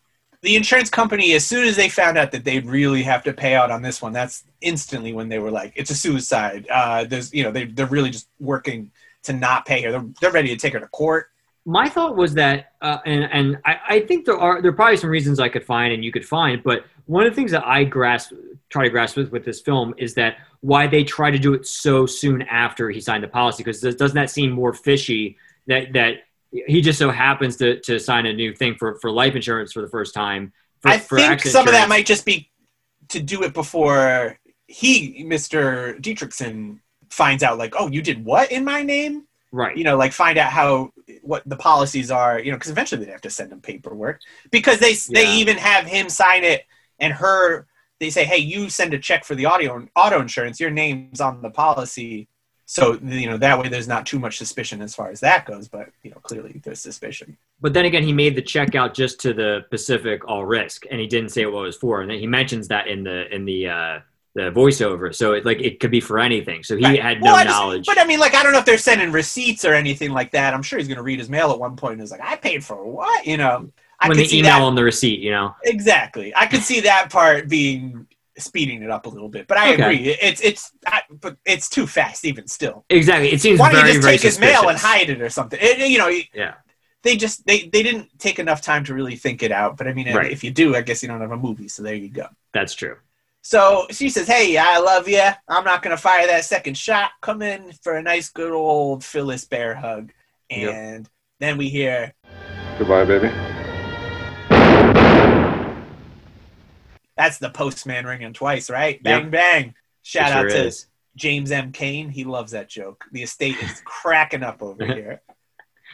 A: the insurance company as soon as they found out that they'd really have to pay out on this one that's instantly when they were like it's a suicide uh there's you know they, they're really just working to not pay her they're, they're ready to take her to court
B: my thought was that, uh, and and I, I think there are there are probably some reasons I could find and you could find, but one of the things that I grasp try to grasp with with this film is that why they try to do it so soon after he signed the policy because doesn't that seem more fishy that that he just so happens to to sign a new thing for for life insurance for the first time? For,
A: i
B: for
A: think
B: accident
A: some of that
B: insurance?
A: might just be to do it before he mr dietrichson finds out like oh you did what in my name
B: right.
A: you know, like find out how what the policies are, you know, because eventually they have to send him paperwork because they
B: Yeah.
A: they even have him sign it and her they say, hey, you send a check for the auto auto insurance, your name's on the policy, so you know that way there's not too much suspicion as far as that goes, but you know clearly there's suspicion.
B: But then again, he made the checkout just to the Pacific All Risk, and he didn't say what it was for. And then he mentions that in the in the uh, the voiceover, so it like it could be for anything. So he
A: Right.
B: had no
A: Well, I just-
B: knowledge.
A: but I mean, like I don't know if they're sending receipts or anything like that. I'm sure he's going to read his mail at one point and is like, I paid for what, you know. I
B: when
A: could
B: they
A: see
B: email
A: that
B: on the receipt, you know,
A: Exactly. I could see that part being speeding it up a little bit, but I
B: Okay.
A: agree. It- It's it's I, but it's too fast even still.
B: exactly. It seems
A: Why don't
B: very
A: you just
B: very
A: take his mail and
B: suspicious.
A: hide it or something? It, you know,
B: Yeah,
A: they just they they didn't take enough time to really think it out. But I mean,
B: Right.
A: if you do, I guess you don't have a movie. So there you go.
B: That's true.
A: So she says, "Hey, I love you. I'm not gonna fire that second shot. Come in for a nice, good old Phyllis bear hug."
B: Yep.
A: And then we hear
C: Goodbye, baby.
A: that's the postman ringing twice, right? Bang bang! Shout
B: It
A: out
B: sure
A: to
B: is.
A: James M. Kane. He loves that joke. The estate
B: *laughs*
A: is cracking up over here.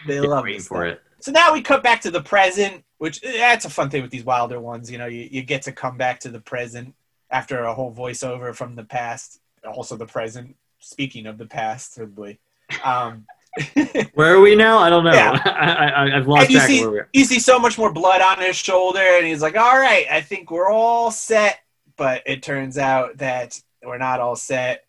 A: They
B: Been
A: love
B: waiting
A: this
B: for
A: stuff.
B: it.
A: So now we cut back to the present, which eh, that's a fun thing with these Wilder ones. You know, you, you get to come back to the present after a whole voiceover from the past, also the present. Speaking of the past, probably. Um,
B: Where are we now? I don't know.
A: Yeah.
B: *laughs* I, I, I've lost
A: and you
B: track of
A: see,
B: where we are.
A: you see so much more blood on his shoulder, and he's like, "All right, I think we're all set." But it turns out that we're not all set.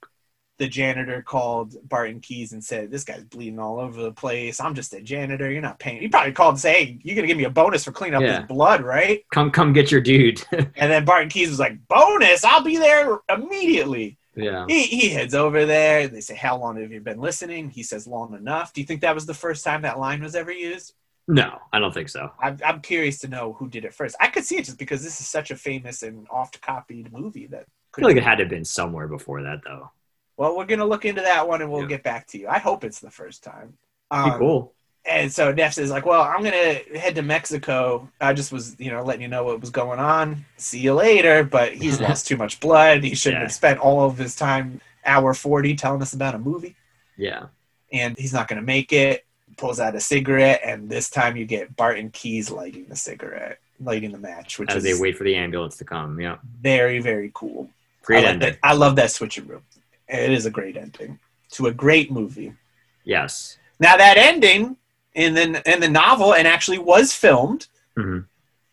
A: The janitor called Barton Keys and said, "This guy's bleeding all over the place. I'm just a janitor. You're not paying." He probably called and said, "Hey, you're gonna give me a bonus for cleaning up
B: Yeah.
A: his blood, right?"
B: Come, come get your dude. *laughs*
A: And then Barton Keys was like, "Bonus! I'll be there immediately."
B: yeah.
A: He, he heads over there. and They say, "How long have you been listening?" He says, "Long enough." Do you think that was the first time that line was ever used?
B: No, I don't think so.
A: I'm, I'm curious to know who did it first. I could see it just because this is such a famous and oft copied movie that.
B: I
A: Could
B: feel like it had to have been somewhere before that, though.
A: well, we're gonna look into that one and we'll
B: Yeah.
A: get back to you. I hope it's the first time.
B: Be
A: Um,
B: cool.
A: And so Neff is like, "Well, I'm gonna head to Mexico. I just was, you know, letting you know what was going on. See you later." But
B: *laughs*
A: he's lost too much blood. He shouldn't
B: Yeah.
A: have spent all of his time, hour forty, telling us about a movie.
B: Yeah.
A: And he's not gonna make it. Pulls out a cigarette, and this time you get Barton Keys lighting the cigarette, lighting the match, which
B: As
A: is
B: they wait for the ambulance to come. Yeah.
A: very very cool. I
B: Great
A: like
B: ending.
A: that. I love that switcheroo. It is a great ending to a great movie.
B: Yes.
A: Now that ending in the in the novel and actually was filmed.
B: Mhm.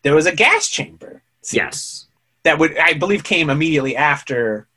A: There was a gas chamber. scene
B: Yes.
A: That would I believe came immediately after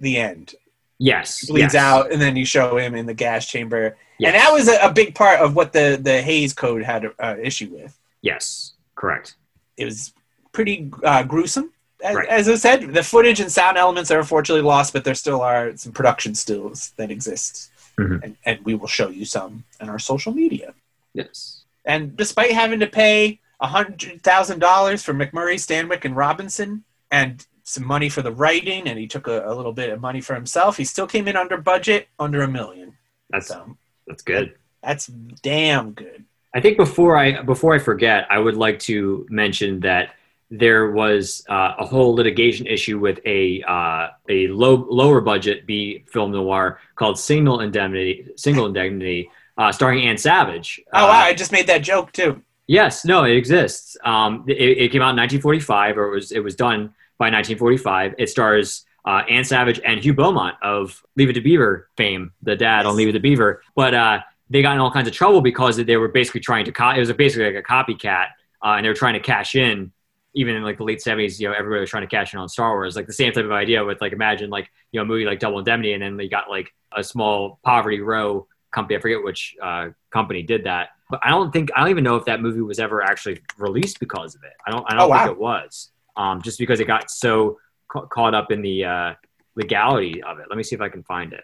A: the end.
B: Yes.
A: Bleeds
B: yes.
A: out, and then you show him in the gas chamber,
B: Yes.
A: and that was a, a big part of what the the Hayes Code had an issue with.
B: Yes. Correct.
A: It was pretty uh, gruesome. As,
B: Right.
A: as I said, the footage and sound elements are unfortunately lost, but there still are some production stills that exist,
B: Mhm.
A: and, and we will show you some in our social media.
B: Yes.
A: And despite having to pay hundred thousand dollars for McMurray, Stanwyck, and Robinson, and some money for the writing, and he took a, a little bit of money for himself, he still came in under budget, under a million.
B: That's
A: So
B: that's good.
A: that's damn good.
B: I think before I before I forget, I would like to mention that there was uh, a whole litigation issue with a uh, a low lower budget B film noir called Single Indemnity, Single Indemnity, uh, starring Anne Savage.
A: Oh
B: Uh,
A: wow! I just made that joke too.
B: Yes, no, it exists. Um, it, it came out in 1945, or it was it was done by 1945. It stars uh, Ann Savage and Hugh Beaumont of Leave It to Beaver fame, the dad on
A: Yes.
B: Leave It to Beaver. But uh, they got in all kinds of trouble because they were basically trying to. Co- it was basically like a copycat, uh, and they were trying to cash in. Even in like the late 70s, you know, everybody was trying to cash in on Star Wars. Like the same type of idea with like imagine like you know a movie like Double Indemnity, and then they got like a small Poverty Row company. I forget which uh, company did that, but I don't think I don't even know if that movie was ever actually released because of it. I don't I don't
A: Oh, wow.
B: think it was. Um, just because it got so ca- caught up in the uh, legality of it. Let me see if I can find it.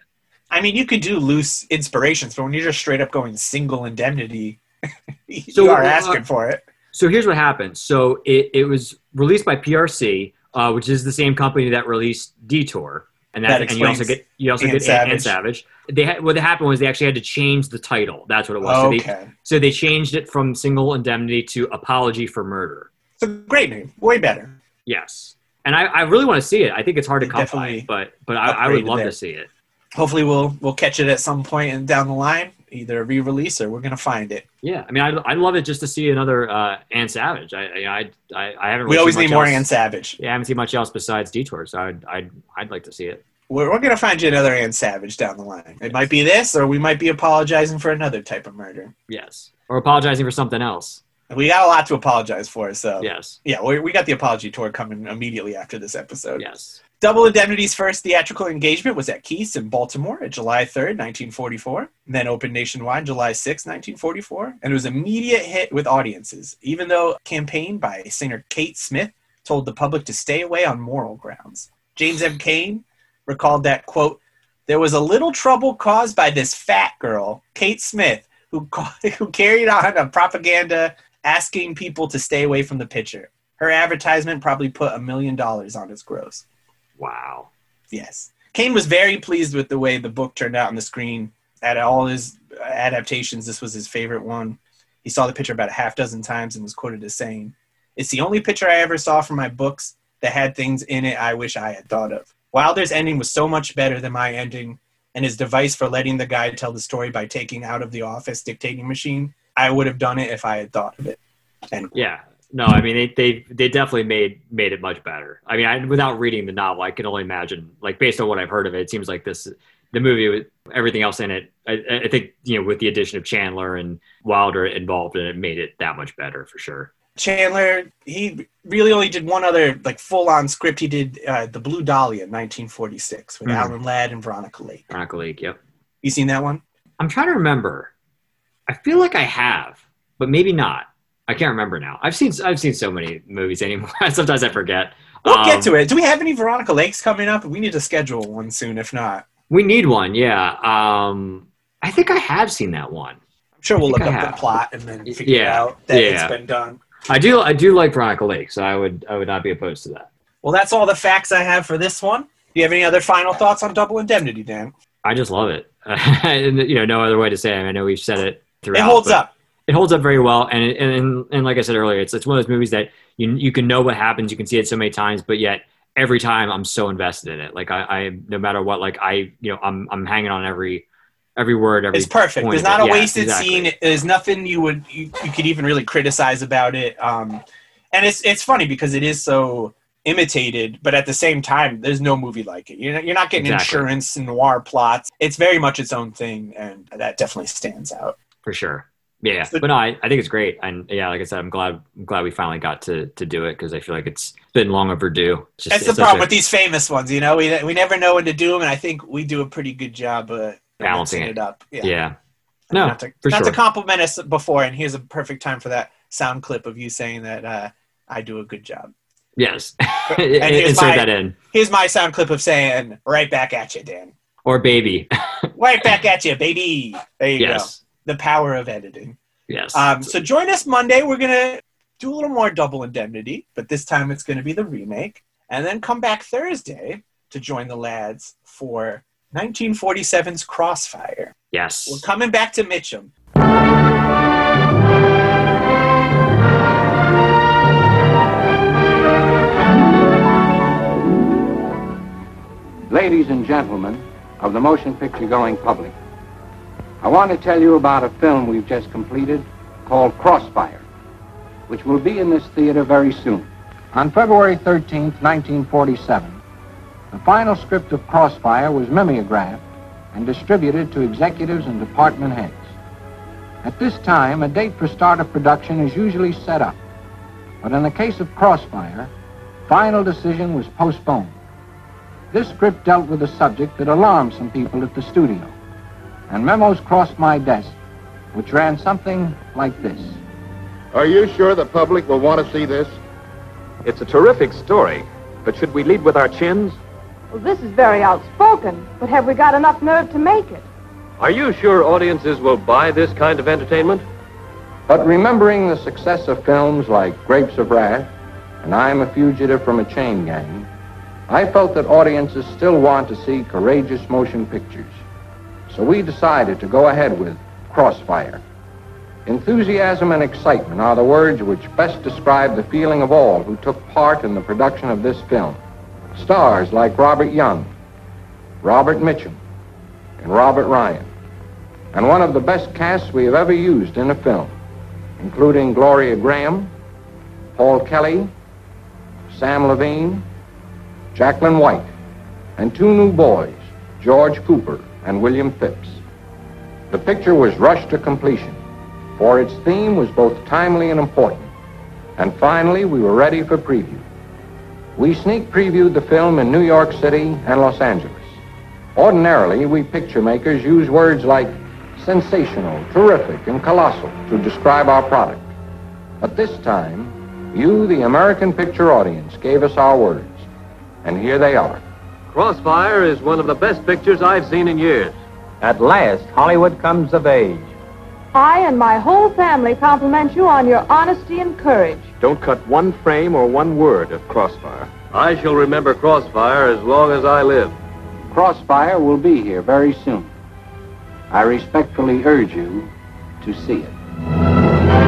A: I mean, you could do loose inspirations, but when you're just straight up going single indemnity, *laughs* you
B: So,
A: are
B: uh,
A: asking for it.
B: So here's what happened. So it, it was released by PRC, uh, which is the same company that released Detour, and that,
A: That
B: and you also
A: explains
B: get you also
A: Ann
B: get Ann- Ann
A: Savage.
B: Savage. They had, what happened was they actually had to change the title. That's what it was.
A: Oh,
B: So, they,
A: Okay,
B: so they changed it from Single Indemnity to Apology for Murder.
A: it's a great name, way better.
B: Yes, and I, I really want to see it. I think it's hard to
A: They
B: come
A: definitely
B: by, but but I, I would
A: upgraded
B: love
A: there.
B: to see it.
A: Hopefully, we'll we'll catch it at some point and down the line, either a re-release or we're gonna find it.
B: Yeah, I mean, I I love it just to see another uh, Ann Savage. I I I, I haven't.
A: We
B: really
A: always
B: seen
A: need
B: much
A: more
B: else.
A: Ann Savage.
B: Yeah, I haven't seen much else besides Detour, so I'd I'd, I'd like to see it.
A: We're, we're gonna find you another Ann Savage down the line. It might be this, or we might be apologizing for another type of murder.
B: Yes, or apologizing for something else.
A: We got a lot to apologize for, so
B: Yes,
A: yeah, we, we got the apology tour coming immediately after this episode.
B: yes,
A: Double Indemnity's first theatrical engagement was at Keith's in Baltimore at July 3rd, 1944, and then opened nationwide July 6th, 1944, and it was an immediate hit with audiences, even though a campaign by singer Kate Smith told the public to stay away on moral grounds. James M. Cain recalled that, quote, there was a little trouble caused by this fat girl, Kate Smith, who ca- *laughs* who carried on a propaganda asking people to stay away from the pitcher. Her advertisement probably put a million dollars on its gross.
B: Wow.
A: Yes. Kane was very pleased with the way the book turned out on the screen. At all his adaptations, this was his favorite one. He saw the picture about a half dozen times and was quoted as saying, It's the only picture I ever saw from my books that had things in it I wish I had thought of. Wilder's ending was so much better than my ending, and his device for letting the guy tell the story by taking out of the office dictating machine, I would have done it if I had thought of it. And
B: Yeah. No, I mean they they they definitely made made it much better. I mean, I, without reading the novel, I can only imagine. Like based on what I've heard of it, it seems like this the movie with everything else in it. I, I think you know with the addition of Chandler and Wilder involved, in it made it that much better for sure.
A: Chandler, he really only did one other like full on script. He did uh, The Blue Dahlia in 1946 with
B: Mhm.
A: Alan Ladd and Veronica Lake.
B: Veronica Lake. Yep.
A: You seen that one?
B: I'm trying to remember. I feel like I have, but maybe not. I can't remember now. I've seen I've seen so many movies anymore. *laughs* Sometimes I forget. Um,
A: We'll get to it. Do we have any Veronica Lakes coming up? We need to schedule one soon, if not.
B: We need one. Yeah. Um, I think I have seen that one.
A: I'm sure we'll
B: I
A: look
B: think I
A: up the
B: have.
A: plot and then figure
B: Yeah,
A: out that
B: yeah.
A: it's been done.
B: I do I do like Veronica Lake, so I would I would not be opposed to that.
A: Well, that's all the facts I have for this one. Do you have any other final thoughts on Double Indemnity, Dan?
B: I just love it. *laughs* and, you know, no other way to say it. I know we've said it throughout.
A: it holds
B: but
A: up.
B: It holds up very well, and it- and and, and like I said earlier, it's it's one of those movies that you you can know what happens, you can see it so many times, but yet every time I'm so invested in it. Like I, I no matter what, like I you know I'm I'm hanging on every every word. Every
A: It's perfect.
B: point
A: There's
B: of
A: not
B: it.
A: a
B: Yeah,
A: wasted
B: exactly.
A: scene. There's nothing you would you, you could even really criticize about it. Um, and it's it's funny because it is so imitated, but at the same time, there's no movie like it. You're not, you're not getting
B: Exactly.
A: insurance and noir plots. It's very much its own thing, and that definitely stands out.
B: for sure. Yeah,
A: So-
B: but no, I, I think it's great, and yeah, like I said, I'm glad I'm glad we finally got to to do it because I feel like it's been long overdue. It's just-
A: That's the
B: it's such
A: problem
B: a-
A: with these famous ones. You know, we we never know when to do them, and I think we do a pretty good job of
B: Balancing
A: mixing
B: it.
A: it up. Yeah.
B: yeah. No,
A: not to,
B: for
A: not
B: sure.
A: to compliment us before, and here's a perfect time for that sound clip of you saying that uh, I do a good job. *laughs*
B: Yes. *laughs*
A: here's
B: Insert
A: my-
B: that in.
A: Here's my sound clip of saying, right back at you, Dan.
B: Or baby.
A: Right back at you, baby. There you
B: *laughs* yes.
A: go. The power of editing.
B: Yes.
A: Um, so join us Monday. We're going to do a little more double indemnity, but this time it's going to be the remake. And then come back Thursday to join the lads for 1947's Crossfire.
B: yes.
A: We're coming back to Mitchum.
G: ladies and gentlemen of the motion picture going public, I want to tell you about a film we've just completed called Crossfire, which will be in this theater very soon. On February 13, 1947, the final script of Crossfire was mimeographed and distributed to executives and department heads. At this time, a date for start of production is usually set up, but in the case of Crossfire, final decision was postponed. This script dealt with a subject that alarmed some people at the studio, and memos crossed my desk, which ran something like this.
H: Are you sure the public will want to see this?
I: It's a terrific story, but should we lead with our chins?
J: Well, this is very outspoken, but have we got enough nerve to make it?
I: Are you sure audiences will buy this kind of entertainment?
G: But remembering the success of films like Grapes of Wrath and I'm a Fugitive from a Chain Gang, I felt that audiences still want to see courageous motion pictures. So we decided to go ahead with Crossfire. Enthusiasm and excitement are the words which best describe the feeling of all who took part in the production of this film. Stars like Robert Young, Robert Mitchum, and Robert Ryan, and one of the best casts we have ever used in a film including Gloria Graham, Paul Kelly, Sam Levine, Jacqueline White, and two new boys, George Cooper and William Phipps. The picture was rushed to completion, for its theme was both timely and important. And finally, we were ready for preview. We sneak previewed the film in New York City and Los Angeles. Ordinarily, we picture makers use words like sensational, terrific, and colossal to describe our product. But this time, you, the American picture audience, gave us our words. And here they are.
I: Crossfire is one of the best pictures I've seen in years.
G: At last, Hollywood comes of age.
J: I and my whole family compliment you on your honesty and courage.
I: Don't cut one frame or one word of Crossfire.
K: I shall remember Crossfire as long as I live.
G: Crossfire will be here very soon. I respectfully urge you to see it.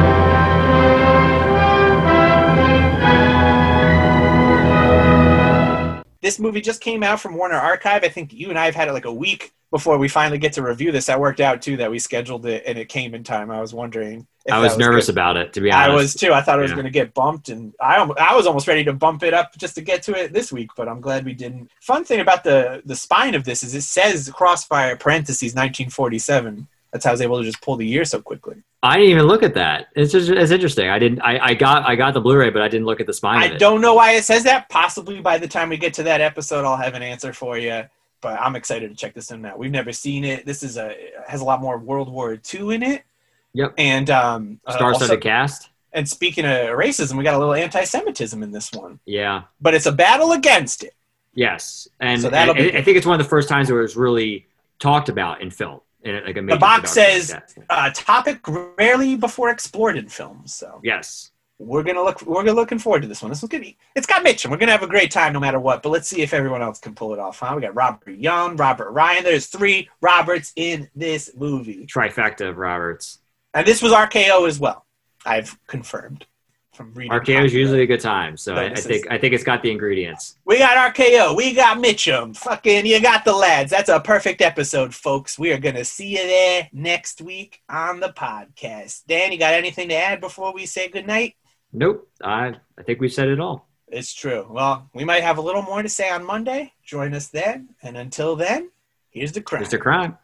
A: This movie just came out from Warner Archive. I think you and I have had it like a week before we finally get to review this. I worked out too that we scheduled it and it came in time. I was wondering. if
B: I
A: that
B: was nervous
A: good.
B: about it, to be honest.
A: I was too. I thought it was
B: Yeah.
A: going to get bumped, and I almo- I was almost ready to bump it up just to get to it this week. But I'm glad we didn't. Fun thing about the the spine of this is it says Crossfire parentheses 1947. That's how I was able to just pull the year so quickly.
B: I didn't even look at that. It's just, it's interesting. I didn't. I, I got I got the Blu-ray, but I didn't look at the spine of
A: I
B: it.
A: don't know why it says that. Possibly by the time we get to that episode, I'll have an answer for you. But I'm excited to check this in now. We've never seen it. This is a has a lot more World War II in it.
B: Yep.
A: And um, uh, also-
B: Star-studded cast.
A: And speaking of racism, we got a little anti-Semitism in this one,
B: Yeah.
A: but it's a battle against it.
B: Yes. And,
A: So that'll
B: and-
A: be
B: and I think it's one of the first times where it was really talked about in film. In, like a
A: The
B: major
A: box
B: production like
A: says
B: that.
A: uh, topic rarely before explored in films. So
B: yes,
A: we're gonna look. We're gonna looking forward to this one. This one's gonna be. It's got Mitchum. We're gonna have a great time no matter what. But let's see if everyone else can pull it off. Huh? We got Robert Young, Robert Ryan. There's three Roberts in this movie,
B: trifecta of Roberts.
A: and this was RKO as well. I've confirmed from reading.
B: RKO is usually a good time, so
A: So
B: I, I
A: this
B: think
A: is-
B: I think it's got the ingredients.
A: We got RKO. We got Mitchum. Fucking, you got the lads. That's a perfect episode, folks. We are going to see you there next week on the podcast. Dan, you got anything to add before we say goodnight?
B: Nope, I I think we've said it all.
A: It's true. Well, we might have a little more to say on Monday. Join us then. And until then, here's the crime.
B: Mr. Crime.